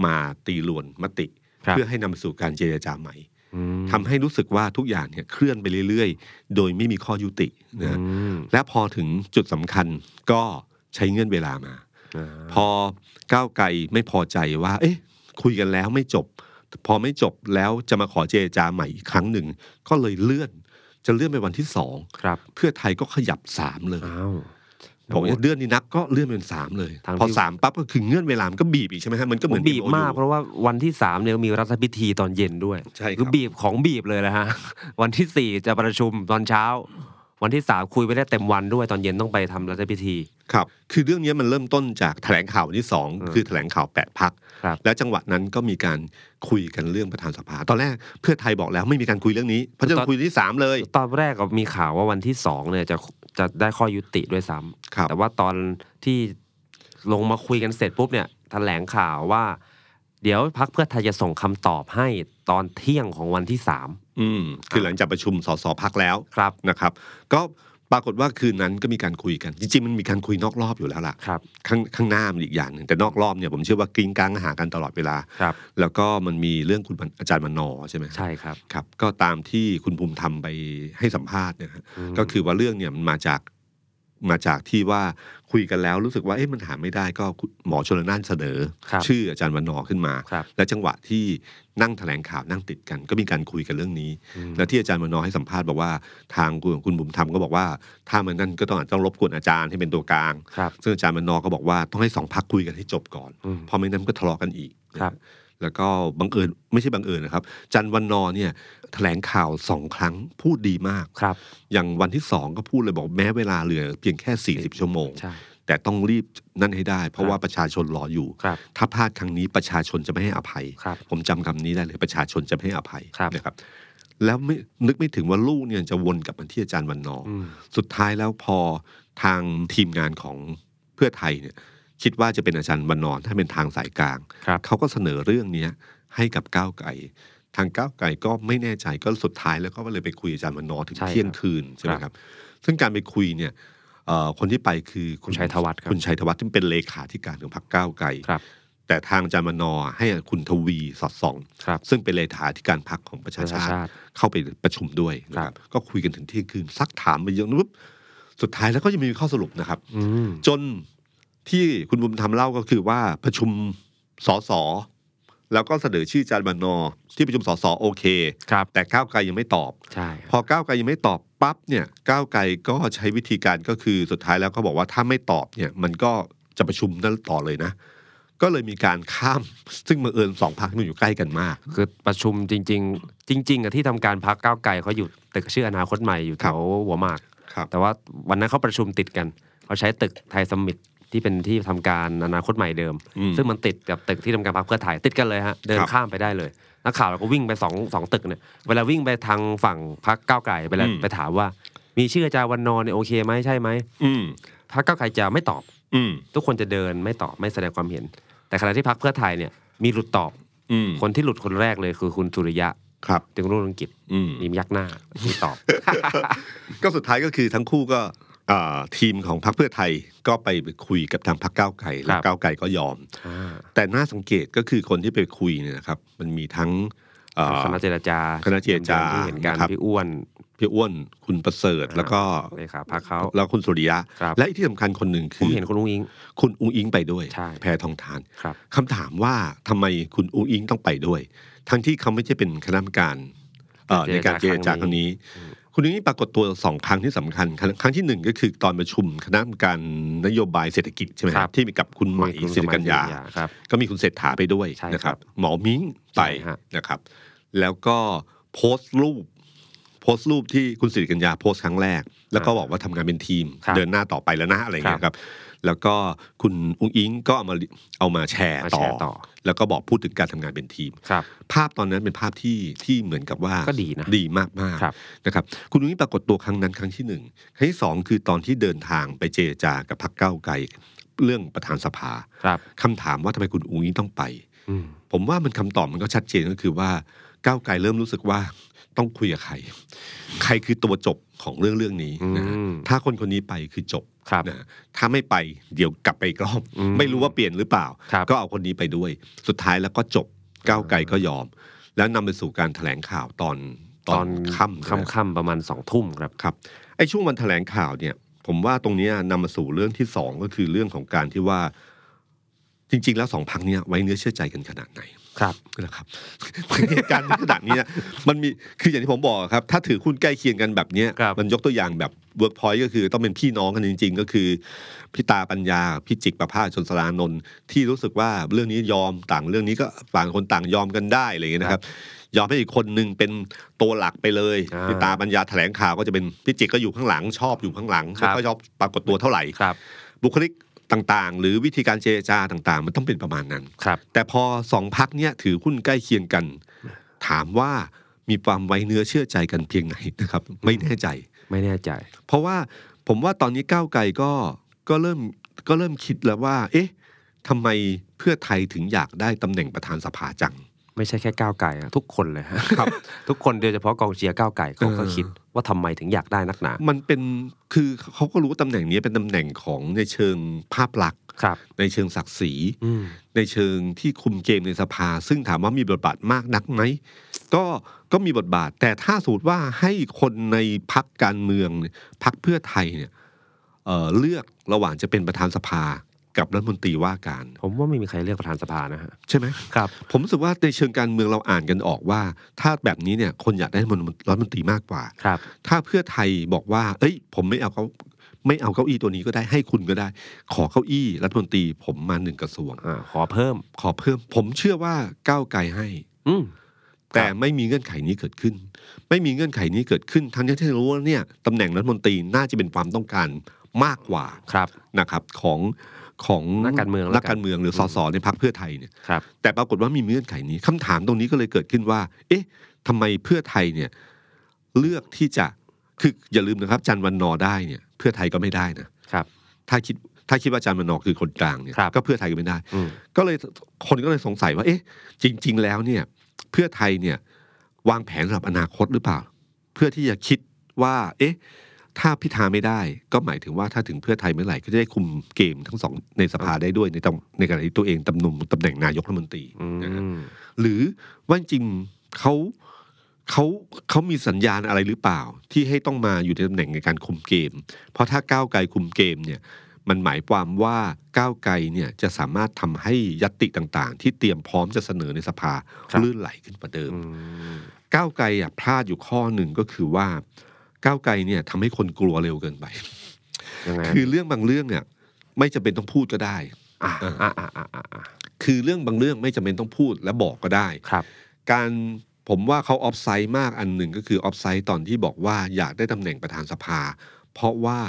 B: มาตีลวนมติ
C: ครับ
B: เพื่อให้นำไปสู่การเจรจาใหม่
C: อืม
B: ทำให้รู้สึกว่าทุกอย่างเนี่ยเคลื่อนไปเรื่อยๆ โดยไม่มีข้อยุตินะฮะ
C: อืม
B: และพอถึงจุดสำคัญก็ใช้เงื่อนเวลามา
C: อ่า
B: พอก้าวไกลไม่พอใจว่า เอ๊ะ คุยกันแล้วไม่จบ พอไม่จบแล้วจะมาขอเจรจาใหม่อีกครั้งหนึ่ง ก็เลยเลื่อน จะเลื่อนไปวันที่สอง
C: ครับ
B: เพื่อไทยก็ขยับสามเลย
C: อ้าว
B: บอกว่าเดือนนี้นักก็เลื่อนเป็นสามเลย
C: ทาง
B: พอ
C: ที่
B: สามปั๊บก็คือเงื่อนเวลามันก็บีบอีกใช่ไหมฮะมันก็เห
C: ผ
B: มือ
C: ม
B: น
C: บีบ
B: MOU
C: มาก เพราะว่าวันที่สามเนี่ยมีรัฐพิธีตอนเย็นด้วย
B: ใช่ครับ
C: คือบีบของบีบเลยนะฮ ะ วันที่สี่จะประชุมตอนเช้า วันที่สามคุยไปได้เต็มวันด้วยตอนเย็นต้องไปทำรัฐพิธี
B: ครับ คือเรื่องนี้มันเริ่มต้นจากแถลงข่าววันที่สอง
C: อืม
B: คือแถลงข่าวแปดพัก
C: ครับ
B: และจังหวะนั้นก็มีการคุยกันเรื่องประธานสภา ตอนแรกเพื่อไทยบอกแล้วไม่มีการคุยเรื่องนี้เพราะจะคุยที่สามเลย
C: ตอนแรกก็มีข่าวว่าวันที่สองเนี่ยจะจะได้ข้อยุติด้วยซ้
B: ครั
C: ำ
B: บ
C: แต่ว่าตอนที่ลงมาคุยกันเสร็จปุ๊บเนี่ยแถลงข่าวว่า เดี๋ยวพักเพื่อไทยจะส่งคำตอบให้ตอนเที่ยงของวันที่สาม
B: อืมคือหลังจากประชุมสสพักแล้ว
C: ครับ
B: นะครับ ก็ปรากฏว่าคืนนั้นก็มีการคุยกัน จริงๆมันมีการคุยนอกรอบอยู่แล้วล่ะ
C: ครับ
B: ข้างข้างหน้ามันอีกอย่างหนึ่งแต่นอกรอบเนี่ยผมเชื่อว่ากริ้งกลางหากันตลอดเวลา
C: ครับ
B: แล้วก็มันมีเรื่องคุณบรรอาจารย์มนอใช่ไหม
C: ใช่ครับ
B: ครับก็ตามที่คุณภูมิธรรมไปให้สัมภาษณ์เนี่ยฮะ
C: อืม
B: ก็คือว่าเรื่องเนี่ยมันมาจากมาจากที่ว่าคุยกันแล้วรู้สึกว่าเอ๊ะมันหาไม่ได้ก็คุณหมอชนละนานเสนอ
C: ครับ
B: ชื่ออาจารย์มนอขึ้นมา
C: ครับ
B: และจังหวะที่นั่งแถลงข่าวนั่งติดกัน ก็มีการคุยกันเรื่องนี้
C: อืม
B: และที่อาจารย์มนอให้สัมภาษณ์บอกว่าทางคุณคุณบุ๋มธรรมก็บอกว่า ถ้ามันนั่นก็ต้องอาจต้องรบกวนอาจารย์ให้เป็นตัวกลาง
C: ครับ
B: ซึ่งอาจารย์มันนอก็บอกว่าต้องให้สองพักคุยกันให้จบก่อน
C: อืม
B: เพราะไม่นั้นก็ทะเลาะกันอีก
C: ครับ
B: แล้วก็บังเอิญไม่ใช่บังเอิญนะครับ จันทร์วันนอเนี่ยแถลงข่าวสองครั้งพูดดีมาก
C: ครับ
B: อย่างวันที่สองก็พูดเลยบอกแม้เวลาเหลือเพียงแค่ 40 ชั่วโมง
C: ใช่
B: แต่ต้องรีบนั่นให้ได้ เพ
C: ครั
B: ราะ
C: บ
B: ว่าประชาชนรออยู่
C: ครับ
B: ถ้าพลาดครั้งนี้ประชาชนจะไม่ให้อภัย
C: ครับ
B: ผมจำคำนี้ได้เลยประชาชนจะไม่ให้อภัย
C: ครับ
B: นะครับ แล้วไม่นึกไม่ถึงว่าลูกเนี่ยจะวนกลับมาที่อาจารย์วันนออ
C: อืม
B: สุดท้ายแล้วพอทางทีมงานของเพื่อไทยเนี่ยคิดว่าจะเป็นอาจารย์วันนอนถ้าเป็นทางสายกลาง
C: ครับ
B: เขาก็เสนอเรื่องเนี้ยให้กับก้าวไกลทางก้าวไกลก็ไม่แน่ใจก็สุดท้ายแล้วก็เลยไปคุยอาจารย์วันนอถึง
C: ใช่ครับ
B: เที่ยงคืนใช่ไหมครับ ซึ่งการไปคุยเนี่ยเอ่อคนที่ไปคือ
C: คุณชัยธวัฒน์ครับ
B: คุณชัยธวัฒน์ที่เป็นเลขาธิการของพรรคก้าวไกล
C: ครับ
B: แต่ทางอาจารย์วันนอให้คุณทวีสอดส่อง
C: ครับ
B: ซึ่งเป็นเลขาธิการพรรคของประชาชาติ เข้าไปประชุมด้วยนะค
C: ครั
B: รับ บก็คุยกันถึงเที่ยงคืนซักถามไปเยอะนะปุ๊บสุดท้ายแล้วก็ยังไมมีข้อสรุปนะครับ
C: อืม
B: จนที่คุณบุญธรรมเล่าก็คือว่าประชุมสสแล้วก็เสนอชื่ออาจารย์วันนอร์ที่ประชุมสสโอเค
C: ครับ
B: แต่ก้าวไกลยังไม่ตอบ
C: ใช่
B: พอก้าวไกลยังไม่ตอบปั๊บเนี่ยก้าวไกลก็ใช้วิธีการก็คือสุดท้ายแล้วก็บอกว่าถ้าไม่ตอบเนี่ยมันก็จะประชุมนั่นต่อเลยนะ ก็เลยมีการข้าม ซึ่งบังเอิญสองพักมันอยู่ใกล้กันมาก
C: คือประชุมจริง ๆ จริง ๆอะที่ทำการพักก้าวไกลเขาอยู่ตึกชื่ออนาคตใหม่อยู่แถวหัวหมาก
B: ครับ
C: แต่ว่าวันนั้นเขาประชุมติดกันเขาใช้ตึกไทยสมิตที่เป็นที่ทำการอนาคตใหม่เดิม
B: อืม
C: ซึ่งมันติดกับตึกที่ทำการพรรคเพื่อไทยติดกันเลยฮะเดิน
B: ครับ
C: ข้ามไปได้เลยนักข่าวเราก็วิ่งไปสองสองตึกเนี่ยเวลาวิ่งไปทางฝั่งพรรคก้าวไกลไปแล้วไปถามว่า มีชื่ออาจารย์วันนอนเนี่ยโอเคไหมใช่ไหม
B: อืม
C: พรรคก้าวไกลจะไม่ตอบ
B: อืม
C: ทุกคนจะเดินไม่ตอบไม่แสดงความเห็น แต่ขณะที่พรรคเพื่อไทยเนี่ยมีหลุดตอบ
B: อืม
C: คนที่หลุดคนแรกเลยคือคุณสุริยะ
B: ครับ
C: จึงรุ่งเรืองกิจ
B: อืม
C: มียักหน้าไม่ตอบ
B: ก็สุดท้ายก็คือทั้งคู่ก็อ่าทีมของพรรคเพื่อไทยก็ไปคุยกับทางพรรคก้าวไกล
C: ครั
B: และ
C: บ
B: ก้าวไกลก็ยอม
C: อ่า
B: แต่น่าสังเกตก็คือคนที่ไปคุยเนี่ยนะครับ มันมีทั้งอ่า
C: คณะเจรจา
B: คณะเจรจา
C: ที่เห็นกัน
B: นะครับ
C: พี่อ้วน
B: พี่อ้วนคุณประเสริฐ
C: อ่า
B: แล้วก็
C: เลยครับพรรคเขา
B: แล้วคุณสุริยะ
C: ครับ
B: และอีกที่สำคัญคนหนึ่ง
C: ผ
B: คื
C: ม
B: อ
C: เห็นคุณลุงอิง
B: คุณอุ้งอิงไปด้วย
C: ใช่
B: แพทองทาน
C: ครับ
B: คำถามว่าทำไมคุณอุ้งอิงต้องไปด้วย ทั้งที่เขาไม่ใช่เป็นคณะกรรมการเอ่อในการเจรจาครั้งนี้ คุณอุ้งอิงปรากฏตัวสองครั้งที่สำคัญ ครั้งครั้งที่หนึ่งก็คือตอนประชุมคณะกรรมการนโยบายเศรษฐกิจใช่ไหม
C: ครับ
B: ที่มีกับคุณใหม่
C: คุณ
B: สิริกัญญา
C: สมัครับ
B: ก็มีคุณเศรษฐาไปด้วย
C: ใช่
B: นะ
C: ค
B: ค
C: รั
B: รั
C: บบ
B: หมอมิ้งไป
C: ใช่ฮะ
B: นะครับ แล้วก็โพสต์รูป โพสต์รูปที่คุณสิริกัญญาโพสต์ครั้งแรก แล้วก็บอกว่าทำงานเป็นทีม
C: ครับ
B: เดินหน้าต่อไปแล้วนะอะไรอย่างเงี้ยครับ แล้วก็คุณอุ้งอิงก็เอามาเอามาแชร์
C: มา
B: ต่
C: แช
B: อ
C: ร์ต่อ
B: แล้วก็บอกพูดถึงการทำงานเป็นทีม
C: ครับ
B: ภาพตอนนั้นเป็นภาพที่ที่เหมือนกับว่า
C: ก็ดีนะ
B: ดีมากมากๆ
C: ครับ
B: นะครับ คุณนุ้ยปรากฏตัวครั้งนั้นครั้งที่หนึ่งครั้งที่สองคือตอนที่เดินทางไปเจรจากับพรรคก้าวไกลเรื่องประธานสภา
C: ครับ
B: คำถามว่าทำไมคุณอุ้งอิงต้องไป
C: อืม
B: ผมว่ามันคำตอบมันก็ชัดเจนก็คือว่าก้าวไกลเริ่มรู้สึกว่าต้องคุยกับใคร ใครคือตัวจบของเรื่องเรื่องนี้นะฮะ
C: อืม
B: ถ้าคนคนนี้ไปคือจบ
C: ครับ
B: นะฮะถ้าไม่ไปเดี๋ยวกลับไปอีกรอบ
C: อืม
B: ไม่รู้ว่าเปลี่ยนหรือเปล่า
C: ครับ
B: ก็เอาคนนี้ไปด้วย สุดท้ายแล้วก็จบก้าวไกลก็ยอม แล้วนำไปสู่การแถลงข่าวตอนตอนค่ำนะ
C: ค่ำ
B: ฮะ
C: ค่ำประมาณสองทุ่มครับ
B: ครับไอ้ช่วงวันแถลงข่าวเนี่ย ผมว่าตรงเนี้ยนำมาสู่เรื่องที่สองก็คือเรื่องของการที่ว่า จริง ๆ แล้วสองพักเนี้ยไว้เนื้อเชื่อใจกันขนาดไหน
C: ครับ
B: นะครับ เหตุการณ์ขนาดนี้นะมันมีคืออย่างที่ผมบอกครับ ถ้าถือหุ้นใกล้เคียงกันแบบเนี้ย
C: ครับ
B: มันยกตัวอย่างแบบเวิร์กพอยต์ก็คือต้องเป็นพี่น้องกันจริง ๆ ก็คือพี่ตาปัญญาพี่จิกประภาสชนสรานนท์ที่รู้สึกว่าเรื่องนี้ยอมต่างเรื่องนี้ก็ต่างคนต่างยอมกันได้อะไรอย่างเงี้ยนะครับ ยอมให้อีกคนนึงเป็นตัวหลักไปเลย
C: อ่า
B: พี่ตาปัญญาแถลงข่าวก็จะเป็นพี่จิกก็อยู่ข้างหลังชอบอยู่ข้างหลัง
C: ครั
B: ไม่
C: บ
B: ค่อยชอบปรากฏตัวเท่าไหร่
C: ครับ
B: บุคลิกต่างๆ หรือวิธีการเจรจาต่าง ๆ มันต้องเป็นประมาณนั้น
C: ครับ
B: แต่พอสองพักเนี่ยถือหุ้นใกล้เคียงกัน ถามว่ามีความไว้เนื้อเชื่อใจกันเพียงไหนนะครับ ไม่แน่ใจ
C: ไม่แน่ใจ
B: เพราะว่าผมว่าตอนนี้ก้าวไกลก็ก็เริ่มก็เริ่มคิดแล้วว่า เอ๊ะทำไมเพื่อไทยถึงอยากได้ตำแหน่งประธานสภาจัง
C: ไม่ใช่แค่ก้าวไก่ทุกคนเลยฮะครับ ทุกคนโดยเฉพาะกองเชียร์ก้าวไก่เขาก็
B: เออ
C: คิดว่าทำไมถึงอยากได้นักหนา
B: มันเป็นคือเขาก็รู้ว่าตำแหน่งนี้เป็นตำแหน่งของในเชิงภาพลักษณ์
C: ครับ
B: ในเชิงศักดิ์ศรี
C: อืม
B: ในเชิงที่คุมเกมในสภา ซึ่งถามว่ามีบทบาทมากนักไหมก็ก็มีบทบาท แต่ถ้าสมมติว่าให้คนในพักการเมืองเนี่ยพักเพื่อไทยเนี่ยเอ่อเลือกระหว่างจะเป็นประธานสภากับรัฐมนตรีว่าการ
C: ผมว่าไม่มีใครเลือกประธานสภานะฮะ
B: ใช่ไหม
C: ครับ
B: ผมรู้สึกว่าในเชิงการเมืองเราอ่านกันออกว่า ถ้าแบบนี้เนี่ยคนอยากได้รัฐมนตรีมากกว่า
C: ครับ
B: ถ้าเพื่อไทยบอกว่า เอ้ย ผมไม่เอาเขาไม่เอาเก้าอี้ตัวนี้ก็ได้ให้คุณก็ได้ ขอเก้าอี้รัฐมนตรีผมมาหนึ่งกระทรวง
C: อ่าขอเพิ่ม
B: ขอเพิ่มผมเชื่อว่าก้าวไกลให้
C: อืม
B: แต่ไม่มีเงื่อนไขนี้เกิดขึ้น ไม่มีเงื่อนไขนี้เกิดขึ้น ทั้งที่ที่รู้ว่าเนี่ยตำแหน่งรัฐมนตรีน่าจะเป็นความต้องการมากกว่า
C: ครับ
B: นะครับของของ
C: นักการเมืองแล้วกัน
B: นักการเมืองหรือสสในพรรคเพื่อไทยเนี่ย
C: ครับ
B: แต่ปรากฏว่ามีเงื่อนไขนี้คำถามตรงนี้ก็เลยเกิดขึ้นว่า เอ๊ะทำไมเพื่อไทยเนี่ยเลือกที่จะคืออย่าลืมนะครับ จันทร์วันนอได้เนี่ยเพื่อไทยก็ไม่ได้นะครับ ถ้าคิดถ้าคิดว่าจันทร์วันนอคือคนกลางเนี่ย
C: ครับ
B: ก็เพื่อไทยก็ไม่ได้
C: อืม
B: ก็เลยคนก็เลยสงสัยว่า เอ๊ะ จริง ๆ แล้วเนี่ยเพื่อไทยเนี่ยวางแผนสำหรับอนาคตหรือเปล่า เพื่อที่จะคิดว่า เอ๊ะ ถ้าพิธาไม่ได้ ก็หมายถึงว่าถ้าถึงเพื่อไทยเมื่อไหร่ก็จะได้คุมเกมทั้งสองในสภาได้ด้วยในตำในขณะที่ตัวเองตำแหน่งตำแหน่งนายกรัฐมนตรี
C: อื
B: นะฮะ
C: ม
B: หรือว่าจริงๆเขาเขาเขามีสัญญาณอะไรหรือเปล่า ที่ให้ต้องมาอยู่ในตำแหน่งในการคุมเกม เพราะถ้าก้าวไกลคุมเกมเนี่ย มันหมายความว่าก้าวไกลเนี่ยจะสามารถทำให้ยัตติต่างๆ ที่เตรียมพร้อมจะเสนอในสภา
C: ครับ
B: ลื่นไหลขึ้นกว่าเดิม
C: อืม
B: ก้าวไกลอ่ะพลาดอยู่ข้อหนึ่งก็คือว่า ก้าวไกลเนี่ยทำให้คนกลัวเร็วเกินไป
C: ยังไง
B: คือเรื่องบางเรื่องเนี่ยไม่จำเป็นต้องพูดก็ได้
C: อ่าอ่าอ่าอ่าอ่าอ่า
B: คือเรื่องบางเรื่องไม่จำเป็นต้องพูดและบอกก็ได้
C: ครับ
B: การผมว่าเขาออฟไซด์มากอันหนึ่งก็คือออฟไซด์ตอนที่บอกว่าอยากได้ตำแหน่งประธานสภา เพราะว่า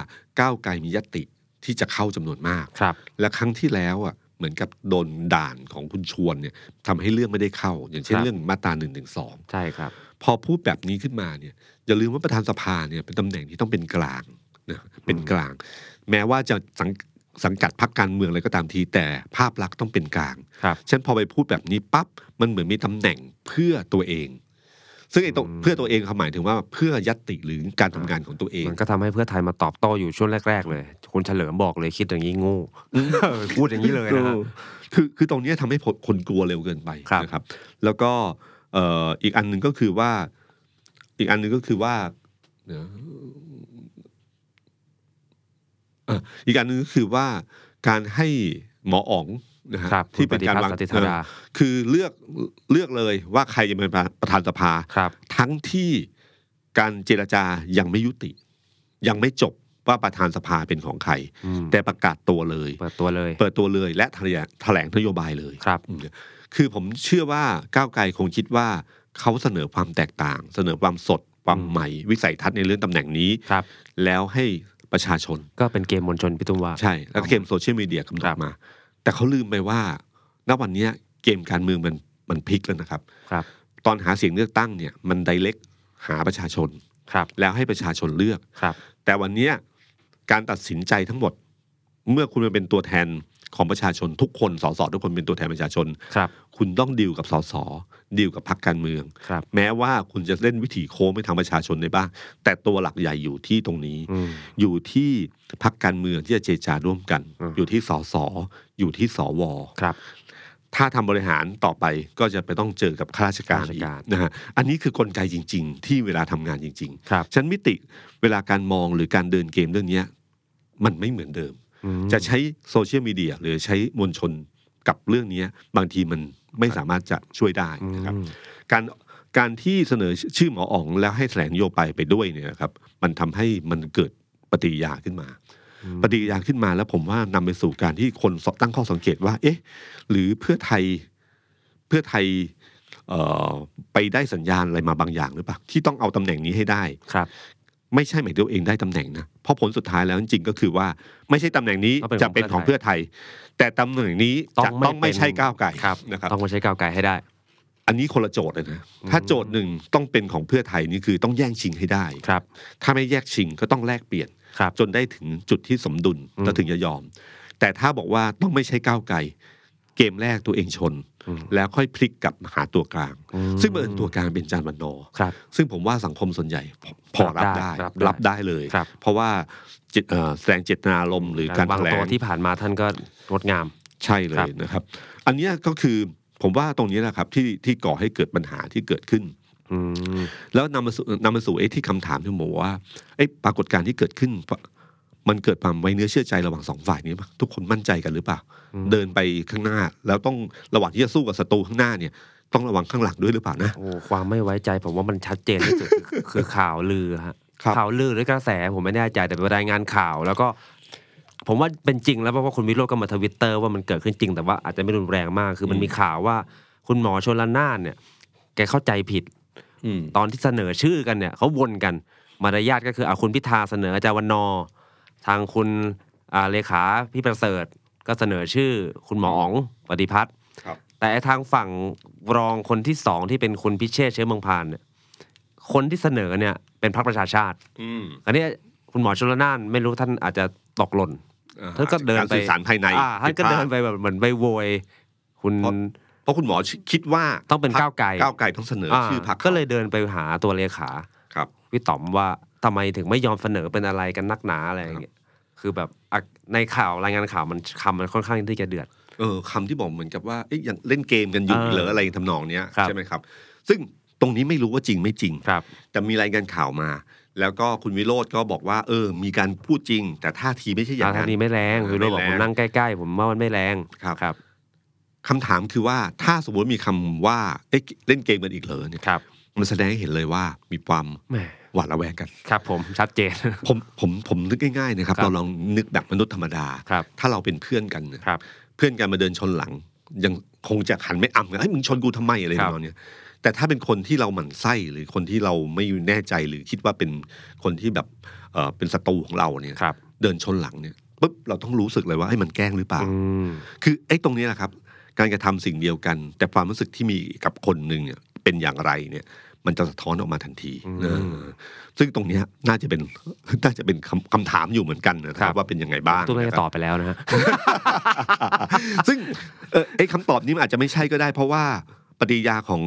B: ก้าวไกลมียัตติที่จะเข้าจำนวนมาก
C: ครับ
B: และครั้งที่แล้วอ่ะเหมือนกับโดนด่านของคุณชวนเนี่ยทำให้เรื่องไม่ได้เข้า อย่างเช่น
C: ครับ
B: เรื่องมาตราหนึ่งถึงสอง
C: ใช่ครับ
B: พอพูดแบบนี้ขึ้นมาเนี่ยอย่าลืมว่าประธานสภาเนี่ยเป็นตำแหน่งที่ต้องเป็นกลางนะเป็นกลาง แม้ว่าจะสังสังกัดพรรคการเมืองอะไรก็ตามทีแต่ภาพลักษณ์ต้องเป็นกลาง
C: ครับ
B: ฉันพอไปพูดแบบนี้ปั๊บมันเหมือนมีตำแหน่งเพื่อตัวเอง ซึ่งไอ้ตรง
C: อืม
B: เพื่อตัวเองเขาหมายถึงว่าเพื่อยัตติหรือการทำงานของตัวเอง
C: มันก็ทำให้เพื่อไทยมาตอบโต้อยู่ช่วงแรก ๆ เลยคุณเฉลิมบอกเลยคิดอย่างนี้โงู พูดอย่างนี้เลยนะฮะ
B: ออคือคือตรงเนี้ยทำให้คนกลัวเร็วเกินไป
C: ครับ
B: นะครับ แล้วก็เอ่ออีกอันหนึ่งก็คือว่า อีกอันหนึ่งก็คือว่าเดี๋ยวเอ่ออีกอันหนึ่งก็คือว่าการให้หมออ๋องนะฮะ
C: ครับ
B: ที่เป็นการวาง
C: คุณปฏิพัฒน์สันติธาดา
B: เออคือเลือกเลือกเลยว่าใครจะเป็นประธานสภา
C: ครับ
B: ทั้งที่การเจรจายังไม่ยุติ ยังไม่จบว่าประธานสภาเป็นของใคร
C: อืม
B: แต่ประกาศตัวเลย
C: เปิดตัวเลย
B: เปิดตัวเลยและแถลงแถลงนโยบายเลย
C: ครับ
B: อืมคือผมเชื่อว่าก้าวไกลคงคิดว่าเขาเสนอความแตกต่าง เสนอความสด ความใหม่ วิสัยทัศน์ในเรื่องตำแหน่งนี้
C: ครับ
B: แล้วให้ประชาชน
C: ก็เป็นเกมมวลชนพี่ตุ้มว่า
B: ใช่ แล้วก็เกมโซเชียลมีเดียกำหน
C: ครั
B: ด
C: บ
B: มา แต่เขาลืมไปว่าณวันเนี้ยเกมการเมืองมันมันพลิกแล้วนะครับ
C: ครับ
B: ตอนหาเสียงเลือกตั้งเนี่ยมันไดเ c กหาประชาชน
C: ครับ
B: แล้วให้ประชาชนเลือก
C: ครับ
B: แต่วันเนี้ยการตัดสินใจทั้งหมด เมื่อคุณมาเป็นตัวแทนของประชาชนทุกคนสสทุกคนเป็นตัวแทนประชาชน
C: ครับ
B: คุณต้องดิวกับสสดิวกับพรรคการเมือง
C: ครับ
B: แม้ว่าคุณจะเล่นวิถีโค้งไปทางประชาชนได้บ้าง แต่ตัวหลักใหญ่อยู่ที่ตรงนี้
C: อืม
B: อยู่ที่พรรคการเมืองที่จะเจรจาร่วมกัน
C: อืม
B: อยู่ที่สสอยู่ที่สว
C: ครับ
B: ถ้าทำบริหารต่อไปก็จะไปต้องเจอกับข้าราชการ
C: ข้าราช
B: อีก
C: การ
B: นะฮะอันนี้คือกลไกจริง ๆ ที่เวลาทำงานจริง ๆ
C: ครับ
B: ฉะนันมิติเวลาการมองหรือการเดินเกมเรื่องเนี้ยมันไม่เหมือนเดิม
C: อืม
B: จะใช้โซเชียลมีเดียหรือใช้มวลชน กับเรื่องเนี้ยบางทีมันไม่สามารถจะช่วยได้นะครับ การการที่เสนอชื่อหมออ๋องแล้วให้แถลงนโยบายไปด้วยเนี่ยนะครับ มันทำให้มันเกิดปฏิกิริยาขึ้นมา ปฏิกิริยาขึ้นมาแล้วผมว่านำไปสู่การที่คนสตั้งข้อสังเกตว่า เอ๊ะ หรือเพื่อไทยเพื่อไทยเอ่อไปได้สัญญาณอะไรมาบางอย่างหรือเปล่าที่ต้องเอาตำแหน่งนี้ให้ได้
C: ครับ
B: ไม่ใช่หมายถึงตัวเองได้ตำแหน่งนะเพราะผลสุดท้ายแล้วจริงๆก็คือว่า ไม่ใช่ตำแหน่งนี้
C: ต้องเป็น
B: จะเป็น
C: ข
B: ข
C: อ
B: อง งเพื่
C: เพื่อ
B: อ
C: ไท
B: ไท
C: ย
B: ย แต่ตำแหน่งนี้จะต้องไม่
C: เป็น
B: ใช่ก้าวไกล
C: ครับ
B: นะครับ
C: ต้องไม่ใช่ก้าวไกลให้ได้
B: อันนี้คนละโจทย์เลยนะ ถ้าโจทย์หนึ่งต้องเป็นของเพื่อไทยนี่คือต้องแย่งชิงให้ได้
C: ครับ
B: ถ้าไม่แยกชิงก็ต้องแลกเปลี่ยน
C: ครับ
B: จนได้ถึงจุดที่สมดุล
C: อืม
B: แล้วถึงจะยอม แต่ถ้าบอกว่าต้องไม่ใช่ก้าวไกลเกมแรกตัวเองชน
C: อืม
B: แล้วค่อยพลิกกลับมาหาตัวกลาง
C: อืม
B: ซึ่งบังเอิญตัวกลางเป็นจานวันนอร์
C: ครับ
B: ซึ่งผมว่าสังคมส่วนใหญ่พอพอรับ
C: รับได้
B: ได้
C: รับได้
B: รับได้เลย
C: ครับ
B: เพราะว่าเจตเอ่อแสดงเจตนารมณ์หรือการ
C: บาง
B: แถล
C: ตัว
B: ง
C: ที่ผ่านมาท่านก็งดงาม
B: ใช่เล
C: ครั
B: ย
C: บ
B: นะครับ อันเนี้ยก็คือผมว่าตรงนี้แหละครับที่ที่ก่อให้เกิดปัญหาที่เกิดขึ้น
C: อืม
B: แล้วนำมาสู่นำมาสู่ไอ้ที่คำถามที่ผมบอกว่าไอ้ปรากฏการณ์ที่เกิดขึ้น มันเกิดความไว้เนื้อเชื่อใจระหว่างสองฝ่ายนี้ปะทุกคนมั่นใจกันหรือเปล่า
C: อืม
B: เดินไปข้างหน้า แล้วต้องระหว่างที่จะสู้กับศัตรูข้างหน้าเนี่ย ต้องระวังข้างหลังด้วยหรือเปล่านะ
C: โอ้ความไม่ไว้ใจผมว่ามันชัดเจนที่สุดคือ คือข่าวลือฮะ
B: ครับ
C: ข่าวลือหรือกระแสผมไม่แน่ใจแต่เป็นรายงานข่าวแล้วก็ ผมว่าเป็นจริงแล้วเพราะว่าคุณวิโรจน์ก็มาทวิตเตอร์ว่ามันเกิดขึ้นจริงแต่ว่าอาจจะไม่รุนแรงมากคือมันมีข่าวว่า คุณหมอชนละนานเนี่ย แกเข้าใจผิด
B: อืม
C: ตอนที่เสนอชื่อกันเนี่ยเขาวนกันมารยาทก็คืออาคุณพิธาเสนออาจารย์วันนอร์ทางคุณอ่าเลขาพี่ประเสริฐก็เสนอชื่อ คุณหมออ๋องปฏิพัฒน์
B: ครับ
C: แต่ไอ้ทางฝั่งรองคนที่สองที่เป็นคุณพิเชษฐ์เชื้อเมืองพานเนี่ยคนที่เสนอเนี่ยเป็นพรรคประชาชาติ
B: อืม
C: อันนี้คุณหมอชลนานไม่รู้ท่านอาจจะตกหล่น
B: อ่
C: ท่านก็เดิน
B: ร
C: ไป
B: สื่อสารภายใน
C: อ่ท่านก็
B: ผิพล
C: เดินไปแบบเหมือนไปโวย คุณ
B: เพราะ เพราะคุณหมอคิดว่า
C: ต้องเป็นก้าวไกล
B: ก้าวไกลต้องเสนอชื่อพรรค
C: ก็เลยเดินไปหาตัวเลขา
B: ครับ
C: พี่ต๋อมว่าทำไมถึงไม่ยอมเสนอเป็นอะไรกันนักหนาอะไรอย่างเงี้ย คือแบบอ่ะในข่าวรายงานข่าวมันคำมันค่อนข้างที่จะเดือด
B: เออคำที่บอกเหมือนกับว่าเอ๊ะยังเล่นเกมกันอยู่
C: เออ
B: หรืออะไรทำนองเนี้ย
C: ครับ
B: ใช่ไหมครับ ซึ่งตรงนี้ไม่รู้ว่าจริงไม่จริง
C: ครับ
B: แต่มีรายงานข่าวมา แล้วก็คุณวิโรธก็บอกว่า เออ มีการพูดจริง แต่ท่าทีไม่ใช่อย่าง
C: ทา
B: นั้น
C: งนี้ไม่แรงคือเราบอก
B: ไม่แร
C: ผ
B: ง
C: มนั่งใกล้ๆ ผมว่ามันไม่แรง
B: ครับ
C: ครับ
B: คำถามคือว่าถ้าสมมติมีคำว่าเอ๊ะเล่นเกมกันอีกเหรอเนี่ย
C: ครับ
B: มันแสดงให้เห็นเลยว่ามีความ
C: แหม
B: หวาดระแวงกัน
C: ครับผมชัดเจน
B: ผมผมผมนึกง่ายๆนะครับ
C: ครับ
B: เราลองนึกแบบมนุษย์ธรรมดา
C: ครับ
B: ถ้าเราเป็นเพื่อนกันเนี่ย
C: ครับ
B: เพื่อนกันมาเดินชนหลัง ยังคงจะหันไม่อ่ำกันเฮ้ยมึงชนกูทำไมอะไร
C: ค
B: ป
C: รับ
B: ระมาณเนี้ยแต่ถ้าเป็นคนที่เราหมั่นไส้หรือคนที่เราไม่แน่ใจหรือคิดว่าเป็นคนที่แบบเออเป็นศัตรูของเราเนี่ย
C: ครับ
B: เดินชนหลังเนี่ยปุ๊บเราต้องรู้สึกเลยว่าไอ้ยมันแกล้งหรือเปล่า
C: อืม
B: คือไอ้ตรงนี้แหละครับ การกระทำสิ่งเดียวกัน แต่ความรู้สึกที่มีกับคนหนึ่งเนี่ยเป็นอย่างไรเนี่ย มันจะสะท้อนออกมาทันทีเออซึ่งตรงเนี้ยน่าจะเป็น น่าจะเป็นคำคำถามอยู่เหมือนกันนะครับว่าเป็นยังไงบ้าง
C: ตุ้มไม่
B: นะ
C: ได้
B: ครับ
C: ตอบไปแล้วนะฮะ
B: ซึ่งเอ่อไอ้คำตอบนี้มันอาจจะไม่ใช่ก็ได้ เพราะว่าปฏิกิริยาของ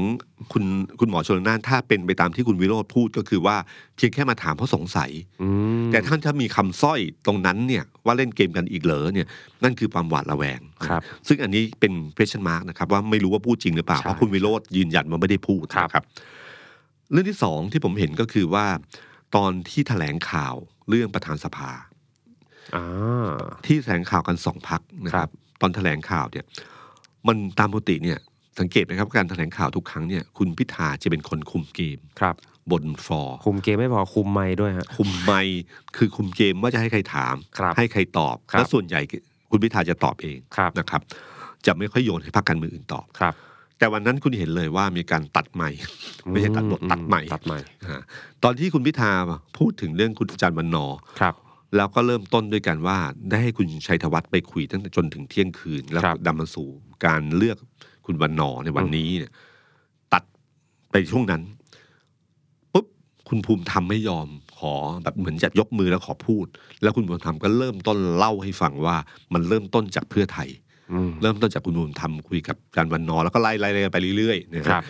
B: คุณคุณหมอชนน่านถ้าเป็นไปตามที่คุณวิโรธพูดก็คือว่าเพียงแค่มาถามเพราะสงสัย
C: อืม
B: แต่ท่านถ้ามีคำสร้อยตรงนั้นเนี่ยว่าเล่นเกมกันอีกเหรอเนี่ยนั่นคือความหวาดระแวง
C: ครับ
B: ซึ่งอันนี้เป็น question mark นะครับว่าไม่รู้ว่าพูดจริงหรือเปล่า
C: ใช่
B: เพราะคุณวิโรธยืนยันว่าไม่ได้พูด
C: ครับ
B: นะครับ เรื่องที่สองที่ผมเห็นก็คือว่า ตอนที่แถลงข่าวเรื่องประธานสภา
C: อ่า
B: ที่แถลงข่าวกันสองพักนะค
C: ครั
B: รับ บ ตอนแถลงข่าวเนี่ย มันตามปกติเนี่ย สังเกตนะครับการแถลงข่าวทุกครั้งเนี่ยคุณพิธาจะเป็นคนคุมเกม
C: ครับ
B: บนฟลอร์
C: คุมเกมไม่พอคุมไม้ด้วยฮะ
B: คุมไม่คือคุมเกมว่าจะให้ใครถาม
C: ครับ
B: ให้ใครตอบ
C: ครับ
B: และส่วนใหญ่คุณพิธาจะตอบเอง
C: ครับ
B: นะครับ จะไม่ค่อยโยนให้พรรคการเมืองอื่นตอบ
C: ครับ
B: แต่วันนั้นคุณเห็นเลยว่ามีการตัดใหม่ ไม่ใช่ตัดบท
C: อื
B: ตัดใหม่
C: ตัดใหม่
B: ฮะตอนที่คุณพิธาพูดถึงเรื่องคุณจันทร์วันนอร์
C: ครับ
B: แล้วก็เริ่มต้นด้วยการว่าได้ให้คุณชัยธวัฒน์ไปคุยตั้งแต่จนถึงเที่ยงคืน แล้ว
C: ครับ
B: ดำมาสู่การเลือกคุณวันนอร์ในวันนี้เนี่ยตัดไปช่วงนั้นปุ๊บคุณภูมิธรรมไม่ยอมขอแบบเหมือนจะยกมือแล้วขอพูด แล้วคุณภูมิธรรมก็เริ่มต้นเล่าให้ฟังว่ามันเริ่มต้นจากเพื่อไทย
C: อืม
B: เริ่มต้นจากคุณภูมิธรรมคุยกับอาจารย์วันนอร์แล้วก็ไล่ไล่ไล่กันไปเรื่อยๆนะ
C: ค
B: ค
C: รั
B: รับ บ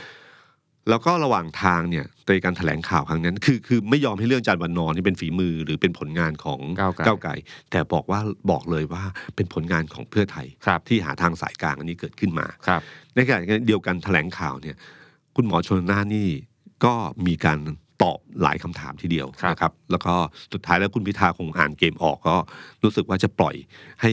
B: แล้วก็ระหว่างทางเนี่ยในการแถลงข่าวครั้งนั้น คือคือไม่ยอมให้เรื่องอาจารย์วันนอร์นี่เป็นฝีมือหรือเป็นผลงานของ
C: ก้าว
B: ว
C: ไกล
B: ไกลแต่บอกว่าบอกเลยว่าเป็นผลงานของเพื่อไทย
C: ครับ
B: ที่หาทางสายกลางอันนี้เกิดขึ้นมา
C: ครับ
B: ในขณะเดียวกันแถลงข่าวเนี่ยคุณหมอชนน่านนี่ก็มีการตอบหลายคำถามทีเดียว
C: ครับ
B: นะครับ แล้วก็สุดท้ายแล้วคุณพิธาคงอ่านเกมออกก็รู้สึกว่าจะปล่อยให้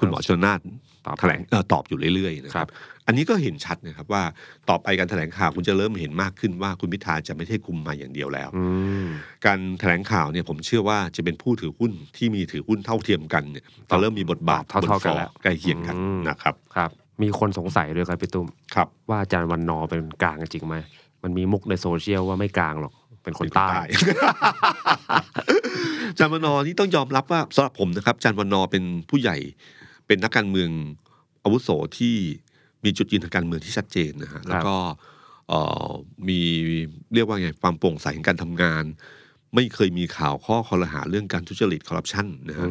B: คุณหมอชนน่าน
C: ตอบ
B: แถลงเอ่อตอบอยู่เรื่อยๆนะครับ อันนี้ก็เห็นชัดนะครับว่าต่อไปการแถลงข่าวคุณจะเริ่มเห็นมากขึ้นว่าคุณพิธาจะไม่ใช่คุมมาอย่างเดียวแล้ว
C: อืม
B: การแถลงข่าวเนี่ยผมเชื่อว่าจะเป็นผู้ถือหุ้นที่มีถือหุ้นเท่าเทียมกันเนี่ยจะเริ่มมีบทบาท
C: เท่าๆ
B: บฟอร์
C: กันแล้ว
B: ใกล้เคียงกัน
C: อืม
B: นะครับ
C: ครับ มีคนสงสัยด้วยครับพี่ตุ้ม
B: ครับ
C: ว่าอาจารย์วันนอร์เป็นกลางจริงไหมมันมีมุกในโซเชียลว่าไม่กลางหรอกเป็นคนใต้
B: อาจารย์วันนอร์นี่ต้องยอมรับว่าสำหรับผมนะครับอาจารย์วันนอร์เป็นผู้ใหญ่ เป็นนักการเมืองอาวุโสที่มีจุดยืนทางการเมืองที่ชัดเจนนะฮะแล้วก็เอ่อมีเรียกว่าไงความโปร่งใสของการทำงาน ไม่เคยมีข่าวข้อคอรหาเรื่องการทุจริตคอร์รัปชันนะฮะ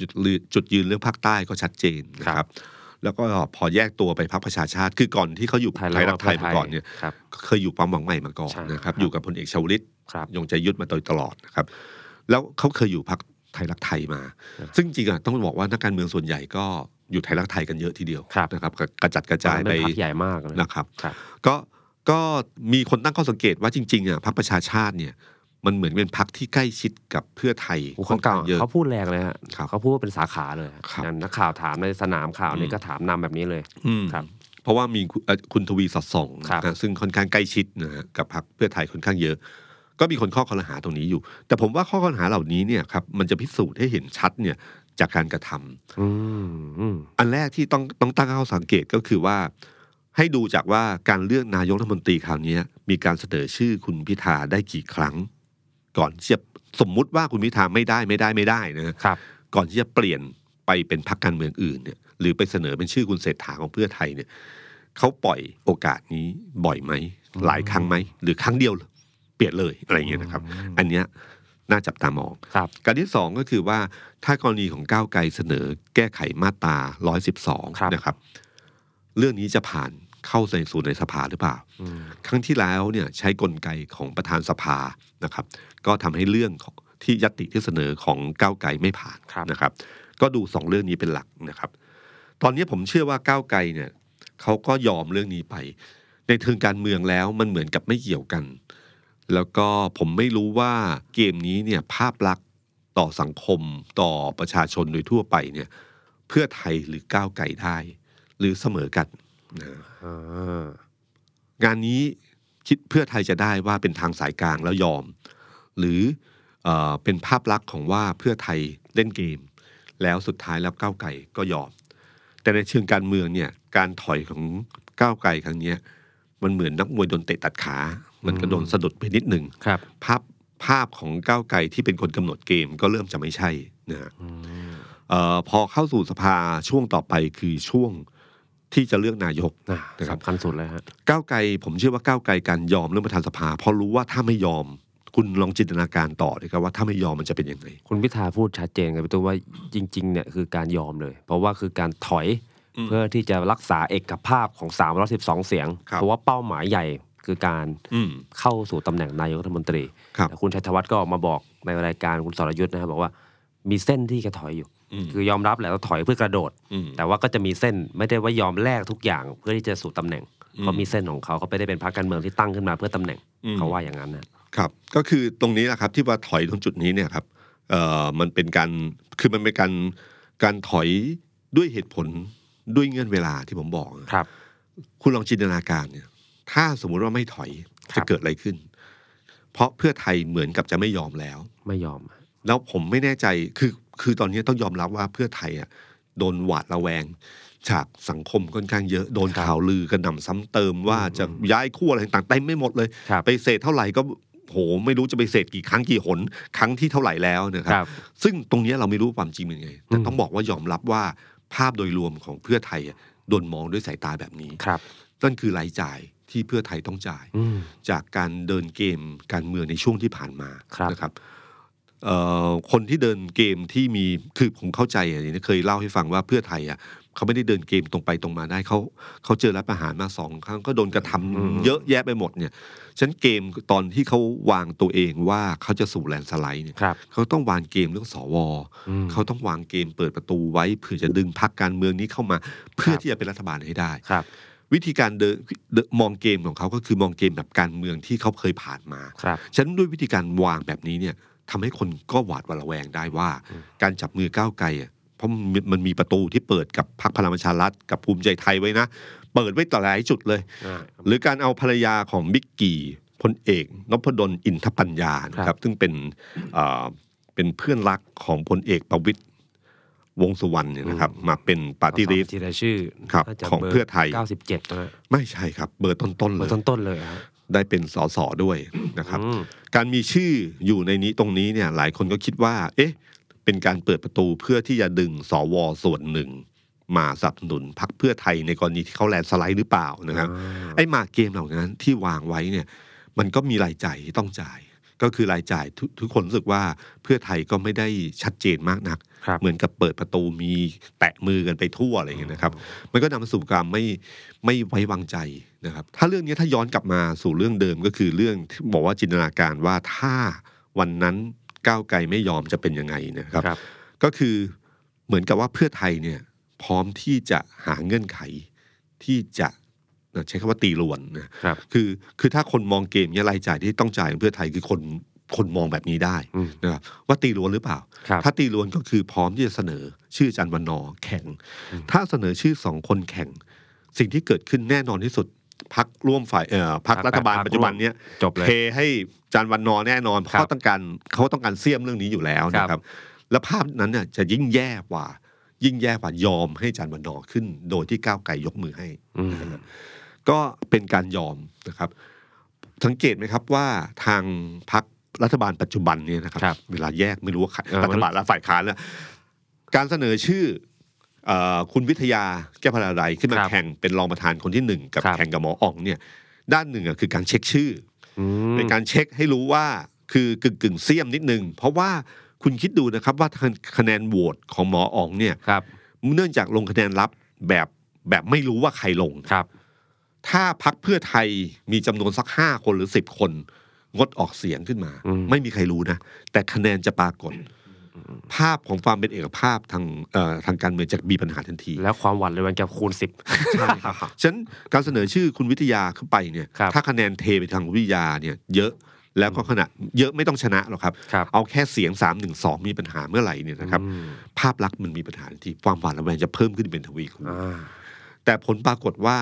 B: จุดลือจุดยืนเรื่องภาคใต้ก็ชัดเจนนะครับ แล้วก็พอแยกตัวไปพักประชาชาติ คือก่อนที่เขาอยู่
C: ไทย
B: ไทยรักไทย
C: แล้วก็
B: มาก่อนเนี่ย
C: ครับ
B: เคยอยู่ความหวังใหม่มาก่อน
C: ใช่
B: นะครับ
C: ครับ
B: อยู่กับพลเอกชาวลิต
C: ครับ
B: ยงใจยุทธมาโดยตลอดนะครับ แล้วเขาเคยอยู่พักไทยรักไทยมา ซึ่งจริงๆอะต้องบอกว่านักการเมืองส่วนใหญ่ก็อยู่ไทยรักไทยกันเยอะทีเดียว
C: ครับ
B: นะครับ กระจัดกระจายไป
C: เป็นพักใหญ่มากนะ
B: นะครับ
C: ครับ
B: ก็ก็มีคนตั้งข้อสังเกตว่าจริงๆอ่ะพรรคประชาชาติเนี่ย มันเหมือนเป็นพรรคที่ใกล้ชิดกับเพื่อไทย
C: โอ้
B: ค่
C: เขา
B: อน
C: กล่า
B: ข้าว งเยอะ
C: เขาพูดแรงเลยฮะ
B: ครับ
C: เขาพูดว่าเป็นสาขาเลยฮะ
B: ครับ
C: อย่างนักข่าวถามในสนามข่าวนี่
B: อืม
C: ก็ถามนำแบบนี้เลย
B: อืม
C: ครับ
B: เพราะว่ามีคุณเอ่อคุณทวีสอดส่อง
C: ครับ
B: นะซึ่งค่อนข้างใกล้ชิดนะฮะกับพรรคเพื่อไทยค่อนข้างเยอะ ก็มีคนข้อข้อรหาตรงนี้อยู่ แต่ผมว่าข้อข้อรหาเหล่านี้เนี่ยครับมันจะพิสูจน์ให้เห็นชัดเนี่ยจากการกระทำ
C: อืมอืม
B: อันแรกที่ต้องต้องตั้งข้อสังเกตก็คือว่า ให้ดูจากว่าการเลือกนายกรัฐมนตรีคราวเนี้ยมีการเสนอชื่อคุณพิธาได้กี่ครั้ง ก่อนที่จะสมมุติว่าคุณพิธาไม่ได้ไม่ได้ไม่ได้นะฮะ
C: ครับ
B: ก่อนที่จะเปลี่ยนไปเป็นพรรคการเมืองอื่นเนี่ยหรือไปเสนอเป็นชื่อคุณเศรษฐาของเพื่อไทยเนี่ยเขาปล่อยโอกาสนี้บ่อยไหม หลายครั้งไหม หรือครั้งเดียวเลยเปลี่ยนเลยอะไรอย่างเงี้ยนะครับ อันเนี้ยน่าจับตามอง
C: ครับ
B: การที่สองก็คือว่าถ้ากรณีของก้าวไกลเสนอแก้ไขมาตรา
C: ครับ
B: 112 นะครับ เรื่องนี้จะผ่านเข้าในสู่ในสภาหรือเปล่า
C: อืม
B: ครั้งที่แล้วเนี่ยใช้กลไกของประธานสภานะครับ ก็ทำให้เรื่องของที่ยตติที่เสนอของก้าวไกลไม่ผ่าน
C: ครับ
B: นะครับ ก็ดูสองเรื่องนี้เป็นหลักนะครับ ตอนนี้ผมเชื่อว่าก้าวไกลเนี่ยเขาก็ยอมเรื่องนี้ไป ในเทิงการเมืองแล้วมันเหมือนกับไม่เกี่ยวกัน แล้วก็ผมไม่รู้ว่าเกมนี้เนี่ยภาพลักษณ์ต่อสังคมต่อประชาชนโดยทั่วไปเนี่ยเพื่อไทยหรือก้าวไกลได้ หรือเสมอกันนะ
C: อ่าง
B: านนี้คิดเพื่อไทยจะได้ว่าเป็นทางสายกลางแล้วยอม หรือเออเป็นภาพลักษณ์ของว่าเพื่อไทยเล่นเกม แล้วสุดท้ายแล้วก้าวไกลก็ยอม แต่ในเชิงการเมืองเนี่ยการถอยของก้าวไกลครั้งเนี้ยมันเหมือนนักมวยโดนเตะตัดขา มันก็โดนสะดุดไปนิดหนึ่ง
C: ครับ
B: ภาพภาพของก้าวไกลที่เป็นคนกำหนดเกมก็เริ่มจะไม่ใช่นะฮะ
C: อืม
B: เออพอเข้าสู่สภาช่วงต่อไปคือช่วงที่จะเลือกนายก
C: น่ะ
B: นะครับ
C: สำคัญสุดเลยฮะ
B: ก้าวไกลผมเชื่อว่าก้าวไกลการยอมเรื่องประธานสภาเพราะรู้ว่าถ้าไม่ยอม คุณลองจินตนาการต่อเลยครับว่าถ้าไม่ยอมมันจะเป็นยังไง
C: คุณพิธาพูดชัดเจนกับพี่ตุ้มว่าจริงๆเนี่ยคือการยอมเลย เพราะว่าคือการถอย
B: อืม
C: เพื่อที่จะรักษาเอกภาพของ 312 เสียง
B: ครับ
C: เพราะว่าเป้าหมายใหญ่คือการ
B: อืม
C: เข้าสู่ตำแหน่งนายกรัฐมนตรี
B: ครับ
C: แต่คุณชัยธวัฒน์ก็ออกมาบอกในรายการคุณสรยุทธ์นะครับบอกว่ามีเส้นที่จะถอยอยู่
B: อืม
C: คือยอมรับแหละว่าถอยเพื่อกระโดด
B: อืม
C: แต่ว่าก็จะมีเส้นไม่ได้ว่ายอมแลกทุกอย่างเพื่อที่จะสู่ตำแหน่ง
B: อืม
C: เขามีเส้นของเขาเขาไม่ได้เป็นพรรคการเมืองที่ตั้งขึ้นมาเพื่อตำแหน่ง
B: อืม
C: เขาว่าอย่างนั้นนะครับ
B: ก็คือตรงนี้แหละครับที่ว่าถอยตรงจุดนี้เนี่ยครับเอ่อมันเป็นการคือมันเป็นการการถอยด้วยเหตุผลด้วยเงื่อนเวลาที่ผมบอกนะค
C: ครับ รับ
B: คุณลองจินตนาการเนี่ย ถ้าสมมุติว่าไม่ถอย
C: ครับ
B: จะเกิดอะไรขึ้น เพราะเพื่อไทยเหมือนกับจะไม่ยอมแล้ว
C: ไม่ยอม
B: แล้วผมไม่แน่ใจ คือ คือตอนนี้ต้องยอมรับว่าเพื่อไทยอ่ะโดนหวาดระแวง จากสังคมค่อนข้างเยอะ โดน
C: ครับ
B: ข่าวลือกระหน่ำซ้ำเติมว่าจะย้ายขั้วอะไรต่างๆเต็มไม่หมดเลย
C: ครับ
B: ไปเสษเท่าไหร่ก็โหไม่รู้จะไปเสษกี่ครั้งกี่หน ครั้งที่เท่าไหร่แล้วนะค
C: ครับ รับ
B: ซึ่งตรงเนี้ยเราไม่รู้ความจริงเป็นไง แต่ต้องบอกว่ายอมรับว่าภาพโดยรวมของเพื่อไทยอ่ะโดนมองด้วยสายตาแบบนี้
C: ครับ
B: นั่นคือรายจ่ายที่เพื่อไทยต้องจ่าย
C: อืม
B: จากการเดินเกมการเมืองในช่วงที่ผ่านมา
C: ครับ
B: นะครับเอ่อคนที่เดินเกมที่มีคือผมเข้าใจอันนี้เคยเล่าให้ฟังว่าเพื่อไทยอ่ะเขาไม่ได้เดินเกมตรงไปตรงมาได้เขาเขาเจอรัฐประหารมาสองครั้งก็โดนกระทำ
C: อืม
B: เยอะแยะไปหมดเนี่ยฉะนันเกมตอนที่เขาวางตัวเองว่าเขาจะสู่แลนด์สไลด์เนี่ย
C: ครับ
B: เขาต้องวางเกมเรื่องสว
C: อืม
B: เขาต้องวางเกมเปิดประตูไว้เพื่อจะดึงพรรคการเมืองนี้เข้ามา เพื่อ
C: ครับ
B: ที่จะเป็นรัฐบาลให้ได้
C: ครับ
B: วิธีการเดินเดินมองเกมของเขาก็คือมองเกมแบบการเมืองที่เขาเคยผ่านมา
C: ครับ
B: ฉะนันด้วยวิธีการวางแบบนี้เนี่ยทำให้คนก็หวาดระแวงได้ว่า การจับมือก้าวไกลอะ เพราะมันมันมีประตูที่เปิดกับพรรคพลังประชารัฐกับภูมิใจไทยไว้นะ เปิดไว้ต่อหลายจุดเลย
C: อ่า
B: หรือการเอาภรรยาของบิ๊กกี่พลเอกนพดลอินทปัญญานะค
C: ครั
B: รับบ ซึ่งเป็นเอ่อเป็นเพื่อนรักของพลเอกประวิตยวงษ์สุวรรณเนี่ยนะครับ มาเป็นปาร์ตี้ลิส
C: ทีละชื่อ
B: ครับ
C: น่าจะ
B: ของเพื่อไทย
C: เก้าสิบเจ็ดนะฮะ
B: ไม่ใช่ครับ เบอร์ต้นๆ
C: เบ
B: เล
C: อยร์ต้นๆเลยฮะ
B: ได้เป็นสสด้วยนะครับ
C: อืม
B: การมีชื่ออยู่ในนี้ตรงนี้เนี่ยหลายคนก็คิดว่า เอ๊ะ เป็นการเปิดประตูเพื่อที่จะดึงสวส่วนหนึ่ง มาสนับสนุนพรรคเพื่อไทยในกรณีที่เขาแลนด์สไลด์หรือเปล่านะครับ
C: อ่า
B: ไอ้หมากเกมเหล่านั้นที่วางไว้เนี่ย มันก็มีรายจ่ายที่ต้องจ่าย ก็คือรายจ่ายทุกทุกคนรู้สึกว่าเพื่อไทยก็ไม่ได้ชัดเจนมากนัก
C: ครับ
B: เหมือนกับเปิดประตูมีแตะมือกันไปทั่วอะไรอย่างเงี้ยนะครับ มันก็นำมาสู่การไม่ไม่ไว้วางใจนะครับ ถ้าเรื่องนี้ถ้าย้อนกลับมาสู่เรื่องเดิมก็คือเรื่องที่บอกว่าจินตนาการว่าถ้าวันนั้นก้าวไกลไม่ยอมจะเป็นยังไงนะครับ
C: ครับ
B: ก็คือเหมือนกับว่าเพื่อไทยเนี่ยพร้อมที่จะหาเงื่อนไขที่จะใช้คำว่าตีรวนนะครับ คือคือถ้าคนมองเกมเนี่ยรายจ่ายที่ต้องจ่ายของเพื่อไทยคือคนคนมองแบบนี้ได้
C: อืม
B: นะครับว่าตีรวนหรือเปล่า
C: ครับ
B: ถ้าตีล้วนก็คือพร้อมที่จะเสนอชื่ออาจันวันนอร์แข่ง ถ้าเสนอชื่อสองคนแข่ง สิ่งที่เกิดขึ้นแน่นอนที่สุดพักร่วมฝ่ายเอ่อพัก
C: พรรค
B: รัฐบาล
C: พรรค
B: ปัจจุบันเนี้ย
C: จบเลย
B: เทให้อาจันวันนอร์แน่นอนเพราะ
C: ครับ
B: เขาต้องการเขาต้องการเสี่ยมเรื่องนี้อยู่แล้ว
C: ครับ
B: นะครับ และภาพนั้นเนี่ยจะยิ่งแย่กว่า ยิ่งแย่กว่ายอมให้อาจันวันนอร์ขึ้น โดยที่ก้าวไกลยกมือให้
C: อืม
B: ก็เป็นการยอมนะครับ สังเกตไหมครับว่าทางพักรัฐบาลปัจจุบันเนี่ยนะครับ
C: ครับ
B: เวลาแยกไม่รู้ว่าใคร
C: เออ
B: รัฐบาลและฝ่ายค้านเนี่ยการเสนอชื่อเออคุณวิทยาแก้วพลาไดยขึ้นมา
C: ครับ
B: แข่งเป็นรองประธานคนที่หนึ่งกับ
C: ครับ
B: แข่งกับหมออ่องเนี่ยด้านหนึ่งอะคือการเช็คชื่อ
C: อืม
B: อเป็นการเช็คให้รู้ว่าคือกึ่งกึ่งๆเสียมนิดนึง เพราะว่าคุณคิดดูนะครับว่าคะแนนโหวตของหมออ่องเนี่ย
C: ครับ
B: เนื่องจากลงคะแนนลับแบบแบบไม่รู้ว่าใครลง
C: ครับ
B: ถ้าพักเพื่อไทยมีจำนวนสักห้าคนหรือสิบคน งดออกเสียงขึ้นมา
C: อืม
B: ไม่มีใครรู้นะ แต่คะแนนจะปรากฏ ภาพของความเป็นเอกภาพทางเอ่อทางการเมืองจะมีปัญหาทันที
C: แล้วความหวั่นระแวงจะคูณสิบ
B: ฉะนั้นการเสนอชื่อคุณวิทยาขึ้นไปเนี่ย
C: ครับ
B: ถ้าคะแนนเทไปทางวิทยาเนี่ยเยอะแล้วก็ขนาดเยอะไม่ต้องชนะหรอกครับ
C: ครับ
B: เอาแค่เสียง3ามหนึ่งสองมีปัญหาเมื่อไหร่เนี่ยนะครับ
C: อืม
B: ภาพลักษณ์มันมีปัญหาทันทีความหวาดระแวงจะเพิ่มขึ้นเป็นทวีคูณ
C: อ่า
B: แต่ผลปรากฏว่า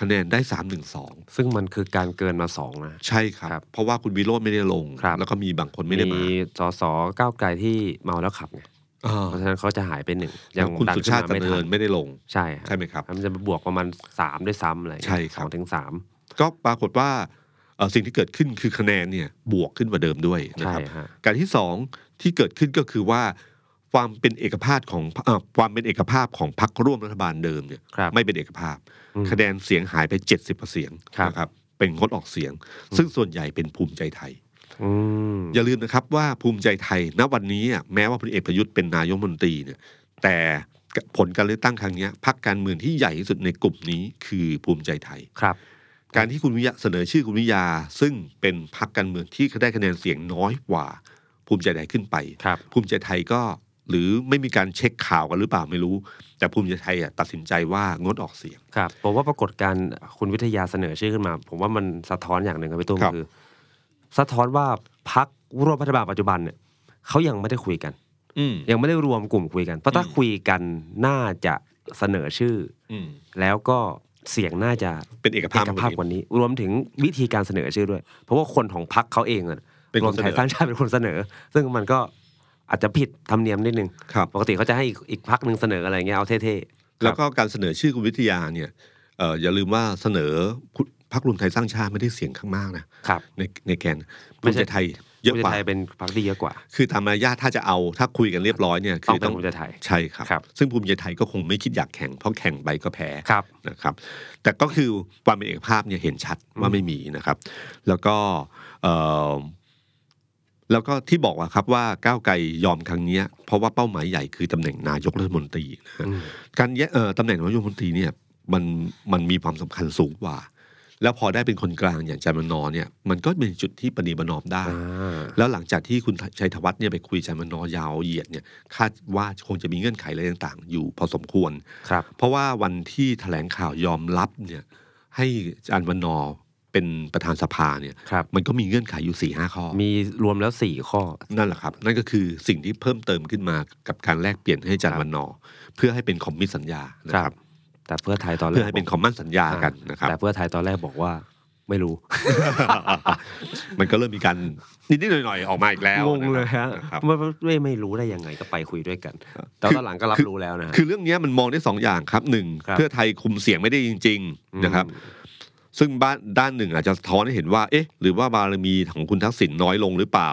B: คะแนนได้3ามหนึ่งสอง
C: ซึ่งมันคือการเกินมาสองนะ
B: ใช่ครับ
C: ครับ
B: เพราะว่าคุณวิโรจน์ไม่ได้ลง
C: ครับ
B: แล้วก็มีบางคนไม่ได้มา
C: สสก้าวไกลที่เมาแล้วขับไง
B: อ่า
C: เพราะฉะนั้นเขาจะหายไปหนึ่ง
B: แล้วคุณ
C: ดัน
B: สุชาติ
C: ขึ้น
B: เจริญ
C: ไม่ทัน
B: ไม่ได้ลง
C: ใช่ฮะ
B: ใช่ไหมครับ
C: มันจะบวกประมาณสามด้วยซ้ำอะไรอย่างเงี้ย
B: ใช่ครับ
C: สองถึงสาม
B: ก็ปรากฏว่าเอ่อสิ่งที่เกิดขึ้นคือคะแนนเนี่ยบวกขึ้นกว่าเดิมด้วยนะครับ
C: ใช่ฮะ
B: การที่สองที่เกิดขึ้นก็คือว่าความเป็นเอกภาพของเอ่อความเป็นเอกภาพของพรรคร่วมรัฐบาลเดิมเนี่ย
C: ครับ
B: ไม่เป็นเอกภาพ
C: อืม
B: คะแนนเสียงหายไป 70กว่าเสียง
C: ครับ
B: นะครับเป็นงดออกเสียง ซึ่งส่วนใหญ่เป็นภูมิใจไทย
C: อืม
B: อย่าลืมนะครับว่าภูมิใจไทยณวันนี้อ่ะแม้ว่าพลเอกประยุทธ์เป็นนายกรัฐมนตรีเนี่ยแต่ผลการเลือกตั้งครั้งเนี้ยพรรคการเมืองที่ใหญ่ที่สุดในกลุ่มนี้คือภูมิใจไทย
C: ครับ
B: การที่คุณวิยะเสนอชื่อคุณวิยา ซึ่งเป็นพรรคการเมืองที่ได้คะแนนเสียงน้อยกว่า ภูมิใจไทยขึ้นไป
C: ครับ
B: ภูมิใจไทยก็หรือไม่มีการเช็คข่าวกันหรือเปล่าไม่รู้ แต่ภูมิใจไทยอ่ะตัดสินใจว่างดออกเสียง
C: ครับผมว่าปรากฏการณ์คุณวิทยาเสนอชื่อขึ้นมา ผมว่ามันสะท้อนอย่างหนึ่งครับพี่ตุ้ม
B: ครับ
C: คือ สะท้อนว่าพักร่วมรัฐบาลปัจจุบันเนี่ยเขายังไม่ได้คุยกัน
B: อืม
C: ยังไม่ได้รวมกลุ่มคุยกัน เพราะถ้า
B: อืม
C: คุยกันน่าจะเสนอชื่อ
B: อืม
C: แล้วก็เสียงน่าจะ
B: เป็นเอก
C: เอ
B: ภาพ
C: กภาพ
B: หมดเลย
C: กว่านี้ รวมถึงวิธีการเสนอชื่อด้วย เพราะว่าคนของพักเขาเองอะ
B: เป็น
C: ร
B: ค
C: วน ม
B: เสนอ
C: ไทยสร้างชาติเป็นคนเสนอ ซึ่งมันก็อาจจะผิดธรรมเนียมนิดนึง
B: ครับ
C: ปกติเขาจะให้อีกอีกพักหนึ่งเสนออะไรเงี้ยเอาเท่ๆ
B: แล้วก็การเสนอชื่อคุณวิทยาเนี่ยเอ่ออย่าลืมว่าเสนอพุพรรครวมไทยสร้างชาติไม่ได้เสียงข้างมากนะครับ ในในแกน
C: ไม่
B: ภูมิ
C: ใช่
B: ใจไทยเยอะ
C: ภู
B: ก
C: มิใจ
B: ว่า
C: ไทยเป็นพักที่เยอะกว่า
B: คือตามมารยาทถ้าจะเอาถ้าคุยกันเรียบร้อยเนี่ยคือต้
C: ต้องเป็น
B: อง
C: ภูมิใจไทย
B: ใช่ครับ
C: ครับ
B: ซึ่งภูมิใจไทยก็คงไม่คิดอยากแข่งเพราะแข่งไปก็แพ้
C: ครับ
B: นะครับ แต่ก็คือความเป็นเอกภาพเนี่ยเห็นชัดว่าไม่มีนะครับ แล้วก็เอ่อแล้วก็ที่บอกว่าครับว่าก้าวไกลยอมครั้งเนี้ยเพราะว่าเป้าหมายใหญ่คือตำแหน่งนายกรัฐมนตรีนะฮะ การแยเอ่อตำแหน่งนายกรัฐมนตรีเนี่ยมันมันมีความสำคัญสูงกว่า แล้วพอได้เป็นคนกลางอย่างจามันนอเนี่ยมันก็เป็นจุดที่ปณีประนอมได้ แล้วหลังจากที่คุณชัยธวัฒน์เนี่ยไปคุยจามันนอยาวเหยียดเนี่ยคาดว่าคงจะมีเงื่อนไขอะไรต่างๆ อยู่พอสมควร
C: ครับ
B: เพราะว่าวันที่แถลงข่าวยอมรับเนี่ยให้อาจารย์วันนอ เป็นประธานสภาเนี่ย
C: ครับ
B: มันก็มีเงื่อนไขอยู่4ี่ห้าข้อ
C: มีรวมแล้วสี่ข้อ
B: นั่นแหละครับ นั่นก็คือสิ่งที่เพิ่มเติมขึ้นมากับการแลกเปลี่ยนให้อาจาร
C: ค
B: ย์
C: รับ
B: วันนอร์เพื่อให้เป็นคอมมิตสัญญานะค
C: ครั
B: รั
C: บบ แต่เพื่อไทยตอนแรก
B: เพื่อให้เป็นคอมมั่นสัญญา
C: อ่า
B: กันนะครับ
C: แต่เพื่อไทยตอนแรกบอกว่าไม่รู้
B: มันก็เริ่มมีการนิดๆหน่อยๆออกมาอีกแล้ว
C: งงเลยฮะ
B: นะครับ
C: ไม่ไม่ไม่รู้ได้ยังไงก็ไปคุยด้วยกัน แต่
B: คือ
C: ตอนหลังก็รับรู้แล้วนะฮะ
B: คือเรื่องเนี้ยมันมองได้สองอย่างครับหนึ่ง
C: ครับ
B: เพื่อไทยคุมเสียงไม่ได้จริง
C: อืม
B: ๆนะครับ ซึ่งบ้านด้านหนึ่งอาจจะสะท้อนให้เห็นว่า เอ๊ะ หรือว่าบารมีของคุณทักษิณน้อยลงหรือเปล่า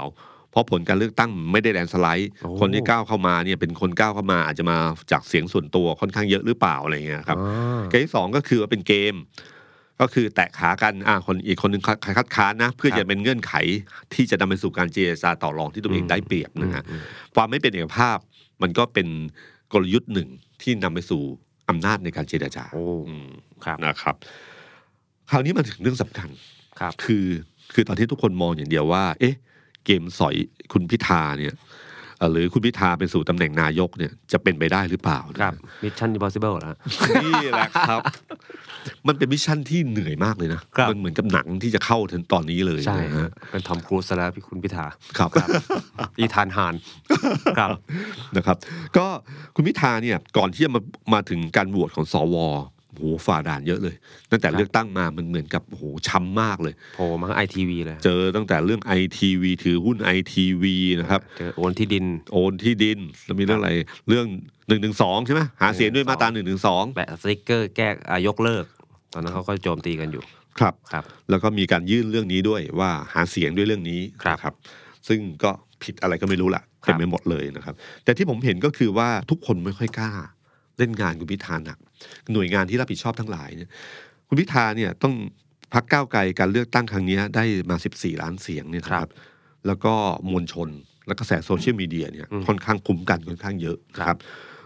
B: เพราะผลการเลือกตั้งไม่ได้แลนด์สไลด์
C: โอ้
B: คนที่ก้าวเข้ามาเนี่ยเป็นคนก้าวเข้ามา อาจจะมาจากเสียงส่วนตัวค่อนข้างเยอะหรือเปล่าอะไรเงี้ยครับ
C: อ่า
B: เกมที่สองก็คือว่าเป็นเกม ก็คือแตะขากันอ่าคนอีกคนหนึ่งคัดคัดค้านนะ เพื่อ
C: ครั
B: จะ
C: บ
B: เป็นเงื่อนไขที่จะนำไปสู่การเจรจาต่อรองที่ตัวเอง
C: อืม
B: ได้เปรียบนะฮะ
C: อืม
B: ความไม่เป็นเอกภาพ มันก็เป็นกลยุทธ์หนึ่งที่นำไปสู่อำนาจในการเจรจา
C: โอ้
B: อืม
C: ครับ
B: นะครับ คราวนี้มาถึงเรื่องสำคัญ
C: ครับ
B: คือคือตอนที่ทุกคนมองอย่างเดียวว่า เอ๊ะ เกมสอยคุณพิธาเนี่ยเอ่อหรือคุณพิธาเป็นสู่ตำแหน่งนายกเนี่ยจะเป็นไปได้หรือเปล่านะ
C: ครับ Mission Impossible นะ
B: นี่แหละครับ มันเป็นมิชชั่นที่เหนื่อยมากเลยนะ
C: ครับ
B: มัเหมือนกับหนังที่จะเข้าถึงตอนนี้เลย
C: ใช่
B: นะ
C: ฮะ
B: ฮะ
C: เป็นทอมครูซซะแล้วพี่คุณพิธา
B: ครับ
C: อีธานฮานครับ
B: นะครับ ก็คุณพิธาเนี่ยก่อนที่จะมามาถึงการโหวตของสวโหฝ่าด่านเยอะเลย ตั้งแต่
C: ครับ
B: เลือกตั้งมามันเหมือนกับโหช้ำมากเลย
C: โผล่มาไอทีวีเลย
B: เจอตั้งแต่เรื่องไอทีวีถือหุ้นไอทีวีนะครับ
C: เจอโอนที่ดิน
B: โอนที่ดินแล้วมีเรื่องอะไรเรื่องหนึ่งหนึ่งสองใช่ไหมหาเสียงด้วยมาตราหนึ่งหนึ่งสอง
C: แปะสติกเกอร์แก้อ่ายกเลิก ตอนนั้นเขาก็โจมตีกันอยู่
B: ครับ
C: ครับ
B: แล้วก็มีการยื่นเรื่องนี้ด้วยว่าหาเสียงด้วยเรื่องนี้
C: ครับ
B: นะซึ่งก็ผิดอะไรก็ไม่รู้ละ
C: ครับ
B: เต็มไปหมดเลยนะครับ แต่ที่ผมเห็นก็คือว่าทุกคนไม่ค่อยกล้า เล่นงานคุณพิธาหนักหน่วยงานที่รับผิดชอบทั้งหลายเนี่ยคุณพิธาเนี่ยต้องพักก้าวไกลการเลือกตั้งครั้งเนี้ยได้มา 14 ล้านเสียงเนี่ยนะครับ แล้วก็มวลชนและกระแสโซเชียลมีเดียเนี่ยค่อนข้างคุ้มกันค่อนข้างเยอะนะครับ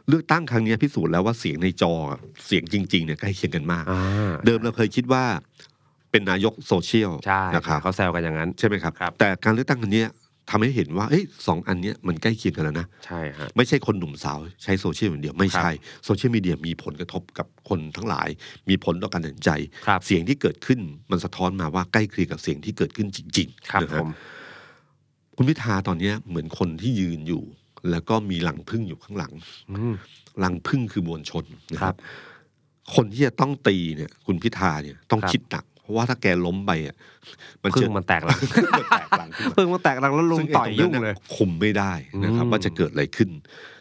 B: เลือกตั้งครั้งเนี้ยพิสูจน์แล้วว่าเสียงในจอกับเสียงจริงๆเนี่ยใกล้เคียงกันมาก
C: อ่า
B: เดิมเราเคยคิดว่าเป็นนายกโซเชียล
C: ใช่
B: นะครับ
C: เขาแซวกันอย่างนั้น
B: ใช่ไหมครับ
C: ครับ
B: แต่การเลือกตั้งอันเนี้ยทำให้เห็นว่าเอ้ยสองอันเนี้ยมันใกล้เคียงกันแล้วนะ
C: ใช่ฮะ
B: ไม่ใช่คนหนุ่มสาวใช้โซเชียลอย่างเดียว ไม่ใช่โซเชียลมีเดียมีผลกระทบกับคนทั้งหลาย มีผลต่อการตัดสินใจ
C: ครับ
B: เสียงที่เกิดขึ้นมันสะท้อนมาว่าใกล้เคียงกับเสียงที่เกิดขึ้นจริง
C: ครับ
B: ๆนะ
C: ผ
B: ฮะ
C: ม
B: คุณพิธาตอนเนี้ยเหมือนคนที่ยืนอยู่ แล้วก็มีหลังพึ่งอยู่ข้างหลัง
C: อืม
B: รังพึ่งคือมวลชนนะค
C: ครั
B: รับ บ คนที่จะต้องตีเนี่ย คุณพิธาเนี่ยต้องคิดหนัก เพราะว่าถ้าแกล้มไปอ่ะมัน
C: พึ่
B: จะ
C: งมันแตกหลัง
B: พึ่งมันแตกหลังขึ้นมา
C: พึ่งมันแตกหลังแล้วลุง
B: ซึ่ง
C: ต่อย
B: ไตร
C: ยุ่
B: นั้นน่ะ
C: งเลย
B: คุมไม่ได้นะครับ
C: อืม
B: ว่าจะเกิดอะไรขึ้น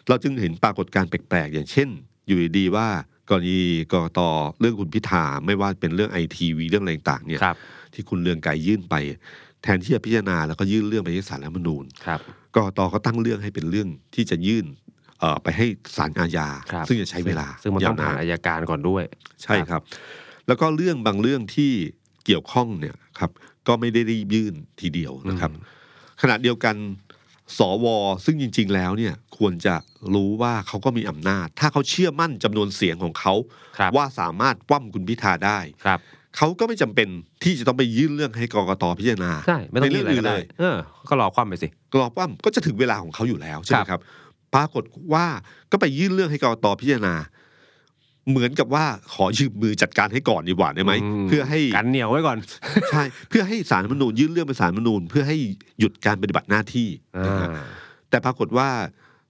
B: เราจึงเห็นปรากฏการณ์แปลกๆ อย่างเช่น อยู่ดีๆว่ากรณีกกตเรื่องคุณพิธาไม่ว่าเป็นเรื่องไอทีวีเรื่องอะไรต่างๆเนี่ย
C: ครับ
B: ที่คุณเรืองไกรยื่นไป แทนที่จะพิจารณาแล้วก็ยื่นเรื่องไปที่ศาลรัฐธรรมนูญ
C: ครับ
B: กกตก็ตั้งเรื่องให้เป็นเรื่องที่จะยื่นเอ่อไปให้ศาลอาญา
C: ครับ
B: ซึ่งจะใช้เวลา
C: ซึ่งมันต้องผ่าน
B: ยวน
C: อายการก่อนด้วย
B: ใช่ครับ แล้วก็เรื่องบางเรื่องที่เกี่ยวข้องเนี่ยครับก็ไม่ได้รีบยื่นทีเดียวนะครับ ขณะเดียวกันสวซึ่งจริง ๆ แล้วเนี่ยควรจะรู้ว่าเขาก็มีอำนาจ ถ้าเขาเชื่อมั่นจำนวนเสียงของเขา
C: ครับ
B: ว่าสามารถคว่ำคุณพิธาได้
C: ครับ
B: เขาก็ไม่จำเป็นที่จะต้องไปยื่นเรื่องให้กกตพิจารณา
C: ใช่ไม่ต้อง
B: ในเรื่
C: ยื่
B: อน ง
C: อะไร
B: อื่
C: ก็
B: นเลย
C: ได้เออ ก็รอความไปสิ
B: กรอบว่าก็จะถึงเวลาของเขาอยู่แล้วใช่ไหมครับ ปรากฏว่าก็ไปยื่นเรื่องให้กรกตพิจารณา เหมือนกับว่าขอยืมมือจัดการให้ก่อนดีกว่าได้ไหม
C: อืม
B: เพื่อให้
C: กันเหนียวไว้ก่อน
B: ใช่เพื่อให้สารรัฐธรรมนูญยื่นเรื่องไปสารรัฐธรรมนูญเพื่อให้หยุดการปฏิบัติหน้าที่นะฮะแต่ปรากฏว่า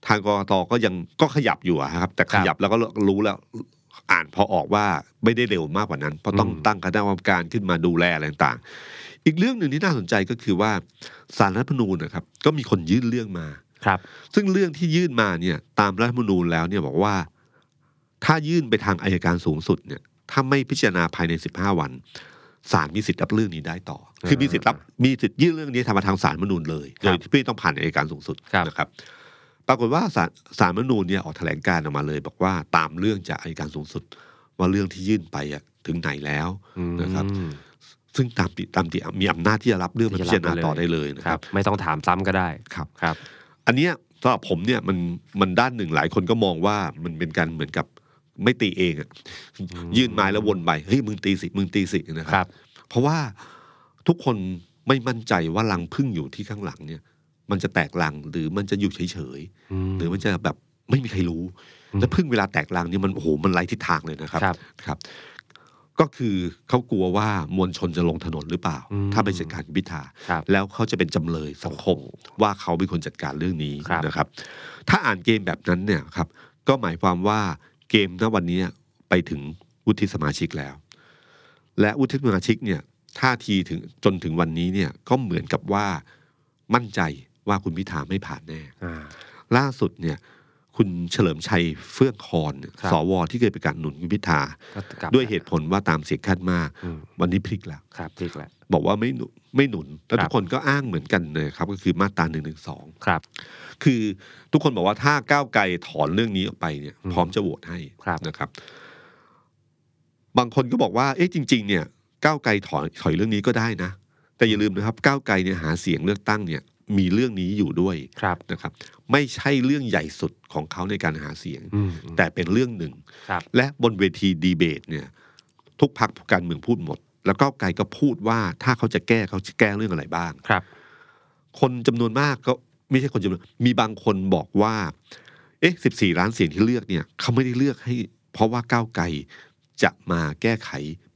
B: ทางกรกตก็ยังก็ขยับอยู่อะครับ แต่ข
C: ครับ
B: ยับแล้วก็รู้แล้วอ่านพอออกว่าไม่ได้เร็วมากกว่านั้นเพราะต้อง
C: อืม
B: ตั้งคณะกรรมการขึ้นมาดูแลอะไรต่างๆอีกเรื่องหนึ่งที่น่าสนใจก็คือว่าสารรัฐธรรมนูญนะครับ ก็มีคนยื่นเรื่องมา
C: ครับ
B: ซึ่งเรื่องที่ยื่นมาเนี่ยตามรัฐธรรมนูญแล้วเนี่ยบอกว่า ถ้ายื่นไปทางอายการสูงสุดเนี่ยถ้าไม่พิจารณาภายใน 15 วันศาลมีสิทธิ์รับเรื่องนี้ได้ต่อ คือมีสิทธิ์รับมีสิทธิ์ยื่นเรื่องนี้ทางมาทางศาลรัฐธรรมนูญเลย
C: ค
B: โด
C: รับ
B: ยที่ไม่ต้องผ่านอายการสูงสุด
C: ครับ
B: นะครับ ปรากฏว่าศาลศาลรัฐธรรมนูญเนี่ยออกแถลงการณ์ออกมาเลย บอกว่าตามเรื่องจากอายการสูงสุด ว่าเรื่องที่ยื่นไปอะถึงไหนแล้ว
C: อืม
B: นะครับ ซึ่งตามติตามติมีอำนาจที่จะรับเรื่องมาพิจารณาต่อได้เลยนะ
C: ค
B: ค
C: รั
B: รับ บ
C: ไม่ต้องถามซ้ำก็ได้
B: ครับ
C: ครับ
B: อันเนี้ยสำหรับผมเนี่ยมันมันด้านหนึ่งหลายคนก็มองว่ามันเป็นการเหมือนกับไม่ตีเองอะยื่นไม้แล้ววนไปเฮ้ยมึงตีสิมึงตีสินะค
C: ครั
B: รับ บ เพราะว่าทุกคนไม่มั่นใจว่ารังพึ่งอยู่ที่ข้างหลังเนี่ย มันจะแตกรังหรือมันจะอยู่เฉย
C: อืม
B: ๆหรือมันจะแบบไม่มีใครรู้
C: อืม
B: แล้วพึ่งเวลาแตกรังเนี่ยมันโอ้โหมันไร้ทิศทางเลยนะครับ
C: ครับ
B: ครับ ก็คือเขากลัวว่ามวลชนจะลงถนนหรือเปล่า
C: อืม
B: ถ้าไปจัดการกับพิธา
C: ครับ
B: แล้วเขาจะเป็นจำเลยสังคมว่าเขาเป็นคนจัดการเรื่องนี้
C: ครับ
B: นะครับ ถ้าอ่านเกมแบบนั้นเนี่ยครับ ก็หมายความว่าเกมณวันนี้ไปถึงวุฒิสมาชิกแล้ว และวุฒิสมาชิกเนี่ยท่าทีถึงจนถึงวันนี้เนี่ยก็เหมือนกับว่ามั่นใจว่าคุณพิธาไม่ผ่านแน่
C: อ่า
B: ล่าสุดเนี่ย คุณเฉลิมชัยเฟื่องคอนเนี่ย
C: ครับ
B: สวที่เคยประกาศหนุนคุณพิธา
C: ก็กลับ
B: ด้วยเหตุผลว่าตามเสียงข้างมาก
C: อืม
B: วันนี้พลิกแล้ว
C: ครับพลิกแล้ว
B: บอกว่าไม่หนุนไม่หนุนแล้ว
C: ครับ
B: ทุกคนก็อ้างเหมือนกันเลยครับ ก็คือมาตราหนึ่งหนึ่งสอง
C: ครับ
B: คือทุกคนบอกว่าถ้าก้าวไกลถอนเรื่องนี้ออกไปเนี่ย
C: อืม
B: พร้อมจะโหวตให้
C: ครับ
B: นะครับ บางคนก็บอกว่า เอ๊ะจริง ๆ เนี่ยก้าวไกลถอนถอยเรื่องนี้ก็ได้นะ แต่อย่าลืมนะครับก้าวไกลเนี่ยหาเสียงเลือกตั้งเนี่ย มีเรื่องนี้อยู่ด้วย
C: ครับ
B: นะครับ ไม่ใช่เรื่องใหญ่สุดของเขาในการหาเสียง
C: อืมอืม
B: แต่เป็นเรื่องหนึ่ง
C: ครับ
B: และบนเวทีดีเบตเนี่ย ทุกพักการเมืองพูดหมด แล้วก็ไกลก็พูดว่าถ้าเขาจะแก้เขาจะแก้เรื่องอะไรบ้าง
C: ครับ
B: คนจำนวนมากก็ไม่ใช่คนจำนวนมีบางคนบอกว่า เอ๊ะ 14 ล้านเสียงที่เลือกเนี่ยเขาไม่ได้เลือกให้ เพราะว่าก้าวไกลจะมาแก้ไข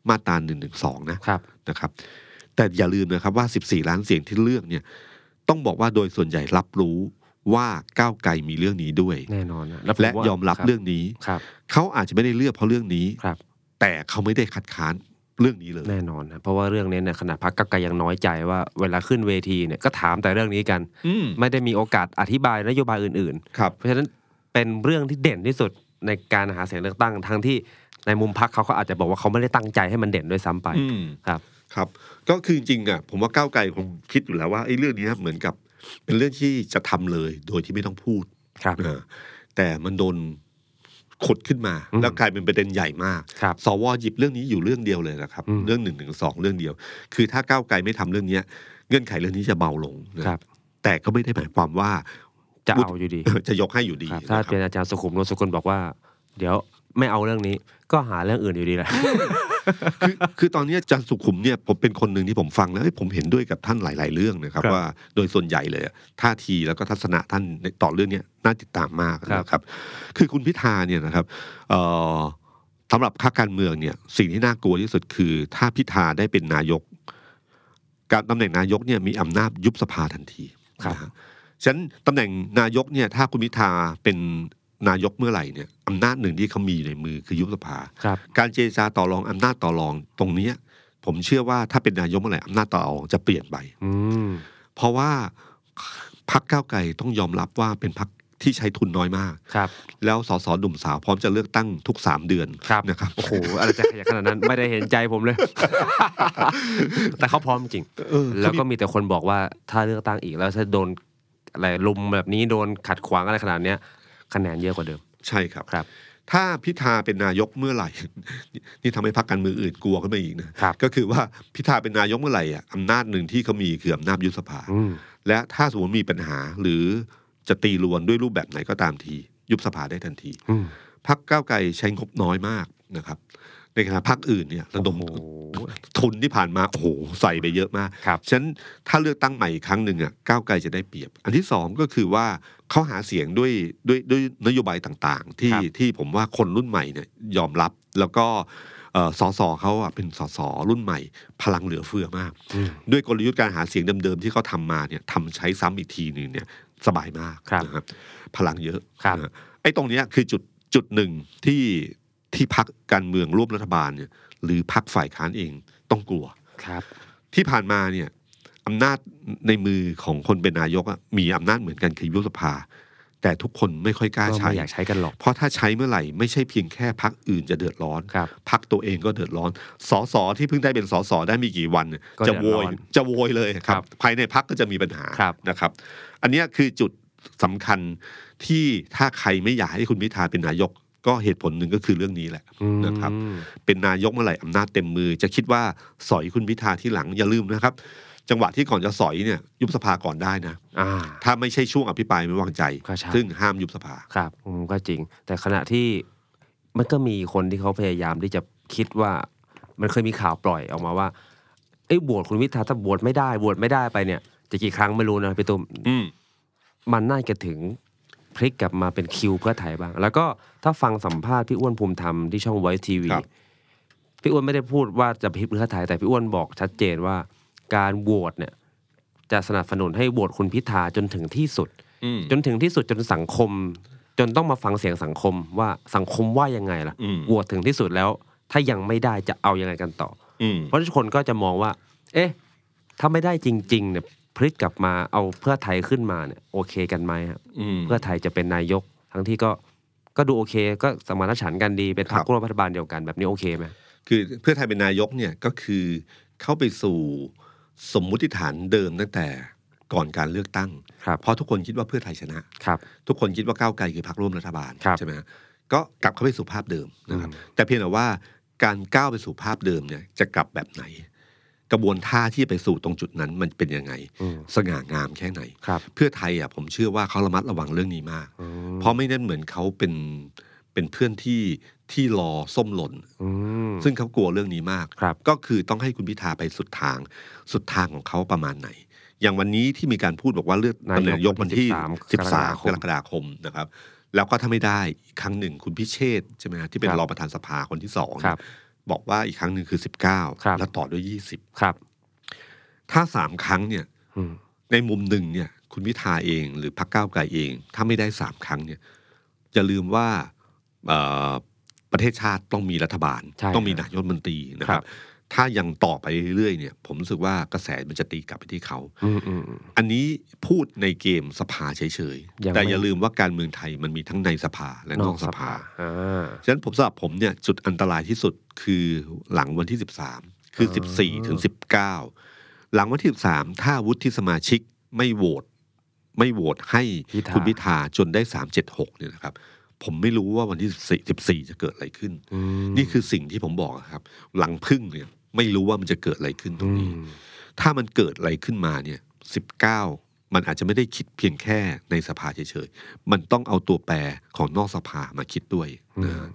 B: มาตรา1นึนะครับ นะครับ แต่อย่าลืมนะครับว่า 14 ล้านเสียงที่เลือกเนี่ย ต้องบอกว่าโดยส่วนใหญ่รับรู้ว่าก้าวไกลมีเรื่องนี้ด้วย
C: แน่นอนนะผ
B: และ
C: ว่าย
B: อมรับเรื่องนี้
C: ครับ
B: เขาอาจจะไม่ได้เลือกเพราะเรื่องนี้
C: ครับ
B: แต่เขาไม่ได้คัดค้านเรื่องนี้เลย
C: แน่นอนนะเพราะว่าเรื่องนี้เนี่ยขณะพักกักกายังน้อยใจว่าเวลาขึ้นเวทีเนี่ยก็ถามแต่เรื่องนี้กัน
B: อืม
C: ไม่ได้มีโอกาสอธิบายนโยบายอื่น
B: ครับ
C: ๆ เพราะฉะนั้นเป็นเรื่องที่เด่นที่สุดในการหาเสียงเลือกตั้งทั้งที่ในมุมพักเขาก็อาจจะบอกว่าเขาไม่ได้ตั้งใจให้มันเด่นด้วยซ้ำไป
B: อืม
C: ครับ
B: ครับ ก็คือจริงๆอ่ะผมว่าก้าวไกลคงคิดอยู่แล้วว่าไอ้เรื่องนี้เหมือนกับ เป็นเรื่องที่จะทำเลย โดยที่ไม่ต้องพูด
C: ครับ
B: เออแต่มันโดนขุดขึ้นมา
C: อืม
B: แล้วกลายเป็นประเด็นใหญ่มาก
C: ครับ
B: สวหยิบเรื่องนี้อยู่เรื่องเดียวเลยนะครับ
C: อืม
B: เรื่องหนึ่งถึงสองเรื่องเดียว คือถ้าก้าวไกลไม่ทำเรื่องเนี้ยเงื่อนไขเรื่องนี้จะเบาลงนะครับ แต่ก็ไม่ได้หมายความว่า
C: จะเอาอยู่ดี
B: จะยกให้อยู่ดี
C: ครับ
B: นะ
C: ถ้า
B: ครับ
C: เป็นอาจารย์สุขุมนวลสกุลบอกว่า เดี๋ยวไม่เอาเรื่องนี้ก็หาเรื่องอื่นอยู่ดีแหละ
B: คือ คือตอนนี้อาจารย์สุขุมเนี่ยผมเป็นคนหนึ่งที่ผมฟังแล้วเอ้ยผมเห็นด้วยกับท่านหลาย ๆ เรื่องนะครับ
C: ครับ
B: ว่าโดยส่วนใหญ่เลยอะท่าทีแล้วก็ทัศนะท่านในต่อเรื่องเนี้ยน่าติดตามมาก
C: ครับ
B: นะครับ คือคุณพิธาเนี่ยนะครับเอ่อสำหรับข้าการเมืองเนี่ย สิ่งที่น่ากลัวที่สุดคือ ถ้าพิธาได้เป็นนายก การตำแหน่งนายกเนี่ยมีอำนาจยุบสภาทันที
C: ครับ
B: นะฮะฉะนั้นตำแหน่งนายกเนี่ย ถ้าคุณพิธาเป็นนายกเมื่อไหร่เนี่ยอำนาจหนึ่งที่เขามีอยู่ในมือคือยุบสภา
C: ครับ
B: การเจรจาต่อรองอำนาจต่อรองตรงเนี้ยผมเชื่อว่าถ้าเป็นนายกเมื่อไหร่อำนาจต่อรองจะเปลี่ยนไป
C: อืม
B: เพราะว่าพักก้าวไกลต้องยอมรับว่าเป็นพักที่ใช้ทุนน้อยมาก
C: ครับ
B: แล้วสสหนุ่มสาวพร้อมจะเลือกตั้งทุกสามเดือน
C: ครับ
B: นะครับ
C: โอ้โหอะไรจะขยันขนาดนั้น ไม่ได้เห็นใจผมเลย แต่เขาพร้อมจริง
B: เออ
C: แล้วก็มีแต่คนบอกว่าถ้าเลือกตั้งอีกแล้วถ้าโดนอะไรลุมแบบนี้โดนขัดขวางอะไรขนาดเนี้ยคะแนนเยอะกว่าเดิม
B: ใช่ครับ
C: ครับ
B: ถ้าพิธาเป็นนายกเมื่อไห ร่ นี่ทำให้พักการเมืองอื่นกลัวขึ้นมาอีกนะครับ ก็คือว่าพิธาเป็นนายกเมื่อไหร่อ่ะอำนาจหนึ่งที่เขามีคืออำนาจยุบสภา
C: อืม
B: และถ้าสมมติมีปัญหาหรือจะตีรวนด้วยรูปแบบไหนก็ตามที ยุบสภาได้ทันที
C: อืม
B: พักก้าวไกลใช้งบน้อยมากนะครับ ในขณะพักอื่นเนี่ยระดม
C: โอ้โห
B: ทุนที่ผ่านมาโอ้โหใส่ไปเยอะมาก
C: ครับ
B: ฉะนั้นถ้าเลือกตั้งใหม่อีกครั้งหนึ่งอ่ะก้าวไกลจะได้เปรียบ อันที่สองก็คือว่าเขาหาเสียงด้วยด้วยด้วยนโยบายต่างๆ ที่
C: ครับ
B: ที่ผมว่าคนรุ่นใหม่เนี่ยยอมรับแล้วก็เอ่อสอสอเขาอ่ะเป็นสอสอรุ่นใหม่ พลังเหลือเฟือมาก
C: อืม
B: ด้วยกลยุทธ์การหาเสียงเดิมๆที่เขาทำมาเนี่ยทำใช้ซ้ำอีกทีหนึ่งเนี่ยสบายมาก
C: ครับ
B: นะครับพลังเยอะ
C: ครับ
B: นะฮะไอ้ตรงเนี้ยคือจุดจุดหนึ่งที่ที่พักการเมืองร่วมรัฐบาลเนี่ยหรือพักฝ่ายค้านเองต้องกลัว
C: ครับ
B: ที่ผ่านมาเนี่ยอำนาจในมือของคนเป็นนายกอะมีอำนาจเหมือนกันคือยุบสภา แต่ทุกคนไม่ค่อยกล้า
C: ก็
B: ใช้
C: ไม่อยากใช้กันหรอก
B: เพราะถ้าใช้เมื่อไหร่ไม่ใช่เพียงแค่พักอื่นจะเดือดร้อน
C: ครับ
B: พักตัวเองก็เดือดร้อน สสที่เพิ่งได้เป็นสสได้ไมีกี่วันเนี่ย
C: ก็
B: จะ
C: เดือด
B: โว
C: ร้อย น
B: จะโวยเลยค
C: ครั
B: รับ
C: บ
B: ภายในพักก็จะมีปัญหา
C: ครับ
B: นะครับ อันเนี้ยคือจุดสำคัญที่ถ้าใครไม่อยากให้คุณพิธาเป็นนายก ก็เหตุผลหนึ่งก็คือเรื่องนี้แหละ นะครับ
C: อืม
B: เป็นนายกเมื่อไหร่อำนาจเต็มมือ จะคิดว่าสอยคุณพิธาที่หลังอย่าลืมนะครับ จังหวะที่ก่อนจะสอยเนี่ยยุบสภาก่อนได้นะ
C: อ่า
B: ถ้าไม่ใช่ช่วงอภิปรายไม่วางใจ
C: ก็ใช่
B: ซึ่งห้ามยุบสภา
C: ครับอืมก็จริง แต่ขณะที่มันก็มีคนที่เขาพยายามที่จะคิดว่า มันเคยมีข่าวปล่อยออกมาว่าไอ้ยโหวตคุณวิทาถ้าโหวตไม่ได้โหวตไม่ได้ไปเนี่ย จะกี่ครั้งไม่รู้นะพี่ตุ้ม
B: อืม
C: มันน่าจะถึงพลิกกลับมาเป็นคิวเพื่อไทยบ้าง แล้วก็ถ้าฟังสัมภาษณ์พี่อ้วนภูมิธรรมที่ช่องไวทีวี
B: ครับ
C: พี่อ้วนไม่ได้พูดว่าจะพลิกเพื่อไทยแต่พี่อ้วนบอกชัดเจนว่าการโหวตเนี่ยจะสนับสนุนให้โหวตคุณพิธาจนถึงที่สุด
B: อืม
C: จนถึงที่สุดจนสังคม จนต้องมาฟังเสียงสังคมว่าสังคมว่ายังไงล่ะ
B: อืม
C: โหวตถึงที่สุดแล้ว ถ้ายังไม่ได้จะเอายังไงกันต่อ
B: อืม
C: เพราะทุกคนก็จะมองว่า เอ๊ะ ถ้าไม่ได้จริงๆ เนี่ยพลิกกลับมาเอาเพื่อไทยขึ้นมาเนี่ยโอเคกันไหมครับ
B: อืม
C: เพื่อไทยจะเป็นนายก ทั้งที่ก็ก็ดูโอเค ก็สมานฉันท์กันดีเป็นพรร
B: ครั
C: ค
B: บ
C: ร่วมรัฐบาลเดียวกันแบบนี้โอเคไหม
B: คือเพื่อไทยเป็นนายกเนี่ยก็คือเข้าไปสู่สมมุติฐานเดิมตั้งแต่ก่อนการเลือกตั้ง
C: ครับ
B: เพราะทุกคนคิดว่าเพื่อไทยชนะ
C: ครับ
B: ทุกคนคิดว่าก้าวไกลคือพรรคร่วมรัฐบาล
C: ครับ
B: ใช่ไหมฮะก็กลับเข้าไปสู่ภาพเดิมนะครับ แต่เพียงแต่ว่าการก้าวไปสู่ภาพเดิมเนี่ยจะกลับแบบไหน กระบวนท่าที่ไปสู่ตรงจุดนั้นมันเป็นยังไง
C: อืม
B: สง่างามแค่ไหน
C: ครับ
B: เพื่อไทยอ่ะผมเชื่อว่าเขาระมัดระวังเรื่องนี้มาก เพราะไม่นั่นเหมือนเขาเป็นเป็นเพื่อนที่ที่รอส้มหล่น
C: อืม
B: ซึ่งเขากลัวเรื่องนี้มาก
C: ครับ
B: ก็คือต้องให้คุณพิธาไปสุดทาง สุดทางของเขาประมาณไหน อย่างวันนี้ที่มีการพูดบอกว่าเลือก
C: นายก
B: ตำแหน่งนายกวันที่
C: 13
B: 13 กรกฎาคมนะครับ แล้วก็ถ้าไม่ได้อีกครั้งหนึ่งคุณพิเชษฐ์ใช่ไหมฮะที่เป็น
C: ครับ
B: รองประธานสภาคนที่สอง
C: ครับ
B: บอกว่าอีกครั้งหนึ่งคือ
C: ครับ
B: 19 แล้วต่อด้วย
C: ครับ
B: 20 ถ้าสามครั้งเนี่ย
C: อืม
B: ในมุมหนึ่งเนี่ยคุณพิธาเองหรือพรรคก้าวไกลเอง ถ้าไม่ได้สามครั้งเนี่ยอย่าลืมว่าเอ่อประเทศชาติต้องมีรัฐบาล
C: ใช่
B: ต้องมี
C: ครับ
B: นายกรัฐมนตรีนะ
C: ค
B: ค
C: รั
B: รับ บ ถ้ายังต่อไปเรื่อยๆเนี่ย ผมรู้สึกว่ากระแสมันจะตีกลับไปที่เขา
C: อืมอืมอืม
B: อันนี้พูดในเกมสภาเฉย
C: ยั
B: ๆ
C: งไม่
B: แต่อย่าลืมว่าการเมืองไทยมันมีทั้งในสภาและนอกสภา
C: อ่า
B: ฉะนั้นผมสำหรับผมเนี่ยจุดอันตรายที่สุดคือหลังวันที่ 13 คือ
C: อ๋อ
B: 14 ถึง 19 หลังวันที่ 13 ถ้าวุฒิสมาชิกไม่โหวตไม่โหวตให้คุณพิธาจนได้ 376เนี่ยนะครับ ผมไม่รู้ว่าวันที่ 14 จะเกิดอะไรขึ้น
C: อืม
B: นี่คือสิ่งที่ผมบอกอะครับ หลังพึ่งเนี่ยไม่รู้ว่ามันจะเกิดอะไรขึ้นตรงนี้
C: อืม
B: ถ้ามันเกิดอะไรขึ้นมาเนี่ยสิบเก้ามันอาจจะไม่ได้คิดเพียงแค่ในสภาเฉยๆ มันต้องเอาตัวแปรของนอกสภามาคิดด้วยนะฮะ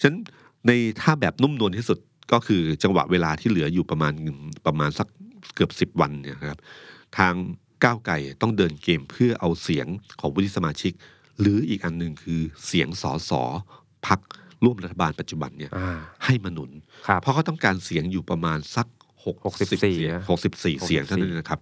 B: ฉะนั้นในถ้าแบบนุ่มนวลที่สุดก็คือจังหวะเวลาที่เหลืออยู่ประมาณประมาณสักเกือบสิบ10 วันเนี่ยนะครับ ทางก้าวไกลต้องเดินเกมเพื่อเอาเสียงของวุฒิสมาชิก หรืออีกอันหนึ่งคือเสียงสอสอพักร่วมรัฐบาลปัจจุบันเนี่ย
C: อ่า
B: ให้มาหนุน
C: ครับ
B: เพราะเขาต้องการเสียงอยู่ประมาณสัก6
C: 64นะ
B: หกสิบสี่เสียงเท่านั้นนะครับ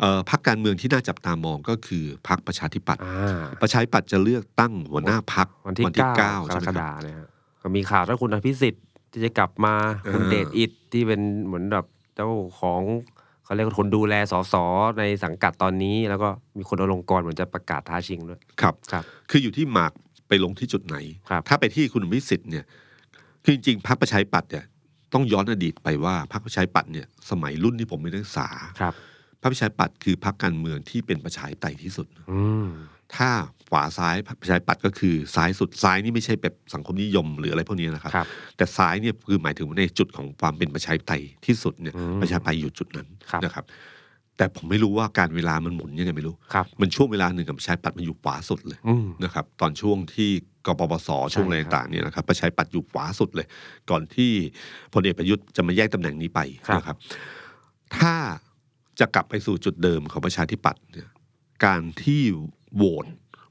B: เอ่อพรรคการเมืองที่น่าจับตามองก็คือพรรคประชาธิปัตย์
C: อ่า
B: ประชาธิปัตย์จะเลือกตั้งหัวหน้าพรรค
C: วันที่เก้าก
B: ใช่
C: ร
B: ไหม
C: ก
B: ครั
C: ฎา
B: บ
C: เนี่ยฮะก็มีข่าวว่าคุณอภิสิทธิ์ที่จะกลับมาคุณ
B: อ่า
C: เดชอิดที่เป็นเหมือนแบบเจ้าของเขาเรียกว่าคนดูแลสสในสังกัดตอนนี้แล้วก็มีคนอลงกรณ์เหมือนจะประกาศท้าชิงด้วย
B: ครับ
C: ครับ
B: คืออยู่ที่หมากไปลงที่จุดไหน
C: ครับ
B: ถ้าไปที่คุณวิสิทธิ์เนี่ยคือจริงๆพรรคประชาธิปัตย์เนี่ยต้องย้อนอดีตไปว่าพรรคประชาธิปัตย์เนี่ยสมัยรุ่นที่ผมเป็นนักศึกษา
C: ครับ
B: พรรคประชาธิปัตย์คือพรรคการเมืองที่เป็นประชาธิปไตยที่สุด
C: อืม
B: ถ้าขวาซ้ายประชาธิปัตย์ก็คือซ้ายสุดซ้ายนี่ไม่ใช่แบบสังคมนิยมหรืออะไรพวกนี้นะครับ
C: ครับ
B: แต่ซ้ายเนี่ยคือหมายถึงว่าในจุดของความเป็นประชาธิปไตยที่สุดเนี่ย
C: อืม
B: ประชาธิปไตยอยู่จุดนั้น
C: ครับ
B: นะครับ แต่ผมไม่รู้ว่าการเวลามันหมุนยังไงไม่รู้
C: ครับ
B: มันช่วงเวลาหนึ่งกับประชาธิปัตย์มันอยู่ขวาสุดเลย
C: อืม
B: นะครับตอนช่วงที่กปปสช่วงอะไรต่างๆเนี่ยนะครับประชาธิปัตย์อยู่ขวาสุดเลย ก่อนที่พลเอกประยุทธ์จะมาแยกตำแหน่งนี้ไป
C: ครับ
B: นะครับ ถ้าจะกลับไปสู่จุดเดิมของประชาธิปัตย์เนี่ยการที่โหวต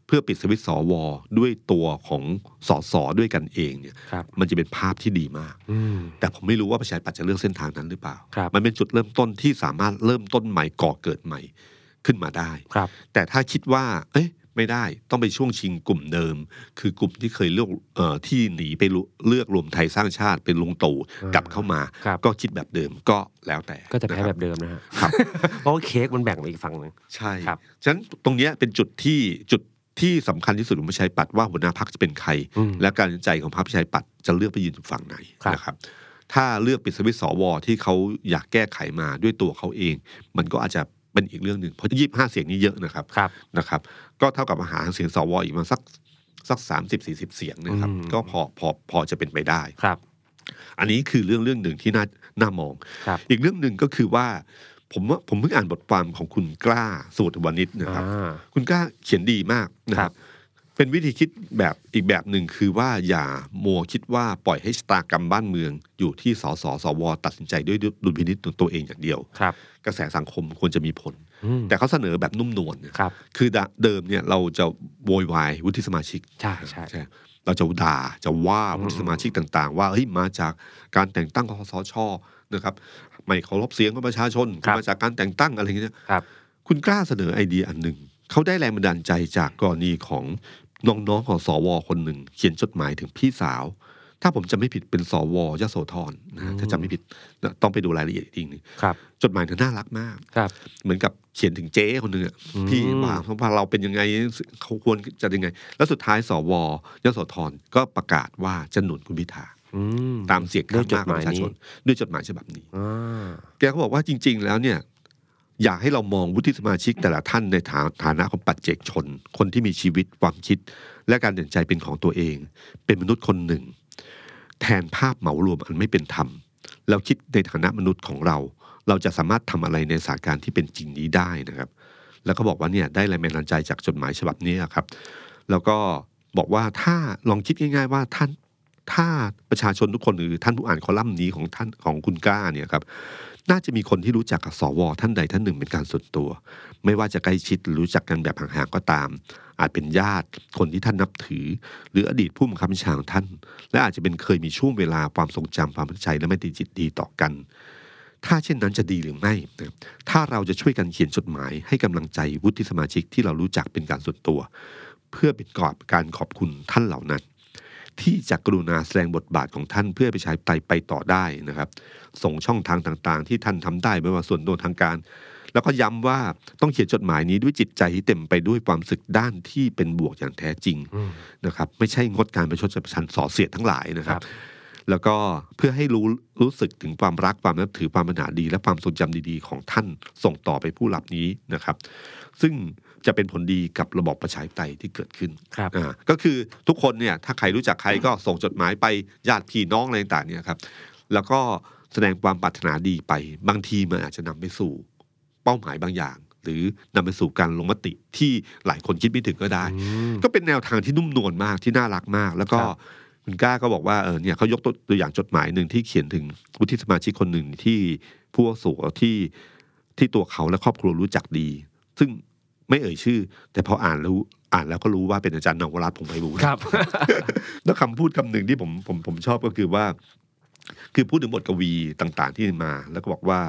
B: เพื่อปิดสวิตช์สวด้วยตัวของสสด้วยกันเองเนี่ย
C: ครับ
B: มันจะเป็นภาพที่ดีมาก
C: อืม
B: แต่ผมไม่รู้ว่าประชาธิปัตย์จะเลือกเส้นทางนั้นหรือเปล่า
C: ครับ
B: มันเป็นจุดเริ่มต้นที่สามารถเริ่มต้นใหม่ก่อเกิดใหม่ขึ้นมาได้
C: ครับ
B: แต่ถ้าคิดว่า เอ๊ะ ไม่ได้ ต้องไปช่วงชิงกลุ่มเดิม คือกลุ่มที่เคยเลือกเอ่อที่หนีไปเลือกรวมไทยสร้างชาติเป็นลุงตู่
C: อ่าก
B: กลับเข้ามา
C: ครับ
B: ก็คิดแบบเดิมก็แล้วแต่
C: ก็จะแพ้
B: นค
C: แบ
B: รั
C: บเดิมนะฮะ
B: ครับ
C: เพราะว่าเค้กมันแบ่งไปอีกฝั่งหนึ่ง
B: ใช่
C: ครับ
B: ฉะนั้นตรงเนี้ยเป็นจุดที่จุดที่สำคัญที่สุดของประชาธิปัตย์ว่าหัวหน้าพักจะเป็นใคร
C: อืม
B: และการตัดสินใจของพรรคประชาธิปัตย์จะเลือกไปยืนฝั่งไหน
C: ครับ
B: นะครับ ถ้าเลือกปิดสวิตช์สวที่เขาอยากแก้ไขมาด้วยตัวเขาเอง มันก็อาจจะเป็นอีกเรื่องหนึ่งเพราะยี่ห้าเสียงนี้เยอะนะครับ
C: ครับ
B: นะครับก็เท่ากับมาหาเสียงสวอีกประมาณสักสักสามสิบสี่สิบเสียงนะครับ
C: อืม
B: ก็พอพอพอจะเป็นไปได้
C: ครับ
B: อันนี้คือเรื่องเรื่องหนึ่งที่น่าน่ามอง
C: ครับ
B: อีกเรื่องหนึ่งก็คือว่า ผมว่าผมเพิ่งอ่านบทความของคุณกล้าสูตรวณิชนะครับ
C: อ่า
B: คุณกล้าเขียนดีมากนะค
C: ครั
B: รับ บ เป็นวิธีคิดแบบอีกแบบหนึ่งคือว่าอย่ามัวคิดว่าปล่อยให้ชะตากรรมบ้านเมือง อยู่ที่สสสวตัดสินใจด้วยดุลพินิจตัวเองอย่างเดียว
C: ครับ
B: กระแสสังคมควรจะมีผล
C: อืม
B: แต่เขาเสนอแบบนุ่มนวลนะครับ คือเดิมเนี่ยเราจะโวยวายวุฒิสมาชิก
C: ใช่ใช่
B: ใช่เราจะด่าจะว่า
C: อืม
B: วุฒิสมาชิกต่าง ๆ ว่าเฮ้ยมาจากการแต่งตั้งคอสชนะครับไม่เคารพเสียงของประชาชน
C: ครับ
B: มาจากการแต่งตั้งอะไรอย่างเงี้ย
C: ครับ
B: คุณกล้าเสนอไอเดียอันหนึ่งเขาได้แรงบันดาลใจจากกรณีของน้องๆของสวคนหนึ่งเขียนจดหมายถึงพี่สาว ถ้าผมจะไม่ผิดเป็นสวยโสธรนะฮะถ้าจำไม่ผิดนะต้องไปดูรายละเอียดอีกทีหนึง
C: ครับ
B: จดหมายเธอน่ารักมาก
C: ครับ
B: เหมือนกับเขียนถึงเจ๊คนหนึ่งอะ
C: อืม
B: พี่ว่าเพราะว่าเราเป็นยังไงเขาควรจะยังไง แล้วสุดท้ายสวยโสธรก็ประกาศว่าจะหนุนคุณพิธา
C: อืม
B: ตามเสียงข้างมากของประชาชน ด้วยจดหมายฉบับนี้
C: อ่า
B: แกก็บอกว่าจริง ๆ แล้วเนี่ย อยากให้เรามองวุฒิสมาชิกแต่ละท่านในฐาฐานะของปัจเจกชน คนที่มีชีวิตความคิด และการตัดสินใจเป็นของตัวเอง เป็นมนุษย์คนหนึ่ง แทนภาพเหมารวมอันไม่เป็นธรรมเราคิดในฐานะมนุษย์ของเรา เราจะสามารถทำอะไรในสถานการณ์ที่เป็นจริงนี้ได้นะครับ แล้วก็บอกว่าเนี่ยได้แรงบันดาลใจจากจดหมายฉบับนี้ครับ แล้วก็บอกว่าถ้าลองคิดง่าย ๆ ว่าท่านถ้าประชาชนทุกคนหรือท่านผู้อ่านคอลัมน์นี้ของท่านของคุณกล้าเนี่ยครับ น่าจะมีคนที่รู้จักกับสวท่านใดท่านหนึ่งเป็นการส่วนตัว ไม่ว่าจะใกล้ชิดหรือรู้จักกันแบบห่างๆก็ตาม อาจเป็นญาติคนที่ท่านนับถือ หรืออดีตผู้บังคับบัญชาของท่าน และอาจจะเป็นเคยมีช่วงเวลาความทรงจำความประทับใจและไม่ติดจิตดีต่อกัน ถ้าเช่นนั้นจะดีหรือไม่นะครับถ้าเราจะช่วยกันเขียนจดหมาย ให้กำลังใจวุฒิสมาชิกที่เรารู้จักเป็นการส่วนตัว เพื่อเป็นกอบการขอบคุณท่านเหล่านั้น ที่จะกรุณาแสดงบทบาทของท่านเพื่อไปใช้ไตไปต่อได้นะครับ ส่งช่องทางต่างๆ ที่ท่านทำได้ไม่ว่าส่วนตัวทางการ แล้วก็ย้ำว่าต้องเขียนจดหมายนี้ด้วยจิตใจที่เต็มไปด้วยความสึกด้านที่เป็นบวกอย่างแท้จริง
C: อืม
B: นะครับ ไม่ใช่งดการประชดประชันสอเสียดทั้งหลายนะครั
C: ครับ บ
B: แล้วก็เพื่อให้รู้รู้สึกถึงความรักความนับถือความปรารถนาดี และความทรงจำดีๆ ของท่านส่งต่อไปผู้รับนี้นะครับ ซึ่งจะเป็นผลดีกับระบอบประชาธิปไตยที่เกิดขึ้น
C: ครับ
B: อ่าก็คือทุกคนเนี่ยถ้าใครรู้จักใครก็ส่งจดหมายไปญาติพี่น้องอะไรต่างๆเนี่ยครับ แล้วก็แสดงความปรารถนาดีไป บางทีมันอาจจะนำไปสู่เป้าหมายบางอย่าง หรือนำไปสู่การลงมติที่หลายคนคิดไม่ถึงก็ได้
C: อืม
B: ก็เป็นแนวทางที่นุ่มนวลมากที่น่ารักมาก แล้วก็
C: ครับ
B: คุณก้าก็บอกว่าเออเนี่ยเขายกตัวตัวอย่างจดหมายหนึ่งที่เขียนถึงวุฒิสมาชิกคนหนึ่งที่ผู้อาวุโสูที่ที่ตัวเขาและครอบครัวรู้จักดี ซึ่งไม่เอ่ยชื่อ แต่พออ่านแล้วอ่านแล้วก็รู้ว่าเป็นอาจารย์นวรัตน์พงไพบูลย์
C: ครับ
B: แล้วคำพูดคำหนึ่งที่ผมผมผมชอบก็คือว่า คือพูดถึงบทกวีต่างๆที่มา แล้วก็บอกว่า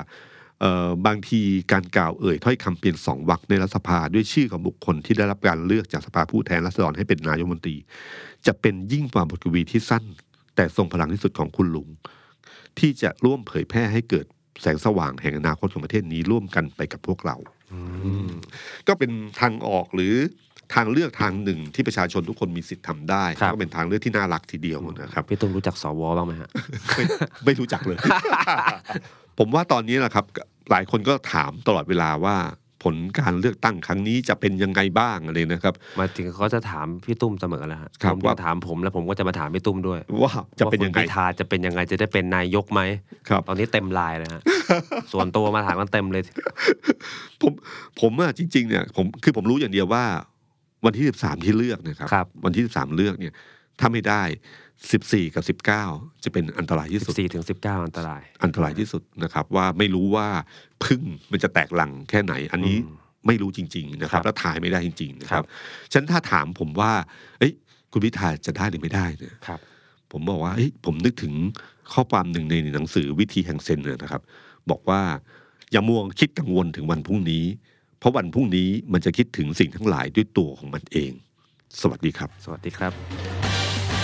B: เอ่อบางทีการกล่าวเอ่ยถ้อยคำเปลี่ยนสองวรรคในรัฐสภาด้วยชื่อของบุคคลที่ได้รับการเลือกจากสภาผู้แทนราษฎรให้เป็นนายกรัฐมนตรี จะเป็นยิ่งกว่าบทกวีที่สั้น แต่ทรงพลังที่สุดของคุณลุง ที่จะร่วมเผยแพร่ให้เกิดแสงสว่างแห่งอนาคตของประเทศนี้ร่วมกันไปกับพวกเรา ก็เป็นทางออกหรือทางเลือกทางหนึ่งที่ประชาชนทุกคนมีสิทธิ์ทำได้
C: ครับ
B: ก็เป็นทางเลือกที่น่ารักทีเดียวนะครับ
C: พี่ตุ้มรู้จักสวบ้างไหมฮะ
B: ไม่ไม่รู้จักเลย ผมว่าตอนนี้แหละครับ หลายคนก็ถามตลอดเวลาว่า ผลการเลือกตั้งครั้งนี้จะเป็นยังไงบ้างอะไรนะครับ
C: มาถึงเขาจะถามพี่ตุ้มเสมอแล้วฮะ
B: ครับ
C: ผม
B: ว่า
C: จะถามผมแล้วผมก็จะมาถามพี่ตุ้มด้วย
B: ว่าจะเป็นยังไง
C: ว่าคุณพิธาจะเป็นยังไงจะได้เป็นนายกไหม
B: ครับ
C: ตอนนี้เต็มลายเลยฮะ ส่วนตัวมาถามกันเต็มเลย
B: ผมผมอะจริงๆเนี่ยผมคือผมรู้อย่างเดียวว่า วันที่ 13 ที่เลือกนะครับ
C: ครับ
B: วันที่ 13 เลือกเนี่ยถ้าไม่ได้ 14 กับ 19 จะเป็นอันตรายที่สุด
C: 14ถึง19 อันตราย
B: อันตรายที่สุดนะครับว่าไม่รู้ว่าพึ่งมันจะแตกหลังแค่ไหน อันนี้
C: อืม
B: ไม่รู้จริง ๆ นะครั
C: ครับ บ
B: แล้วถ่ายไม่ได้จริง ๆ นะค
C: ครั
B: รับ
C: บ
B: ฉันถ้าถามผมว่า เอ้ยคุณพิธาจะได้หรือไม่ได้เนี่ย
C: ครับ
B: ผมบอกว่าเอ้ยผมนึกถึงข้อความหนึ่งในหนังสือวิธีแห่งเซนเนี่ยนะครับ บอกว่าอย่ามัวคิดกังวลถึงวันพรุ่งนี้ เพราะวันพรุ่งนี้มันจะคิดถึงสิ่งทั้งหลายด้วยตัวของมันเอง สวัสดีครับ
C: สวัสดีครับ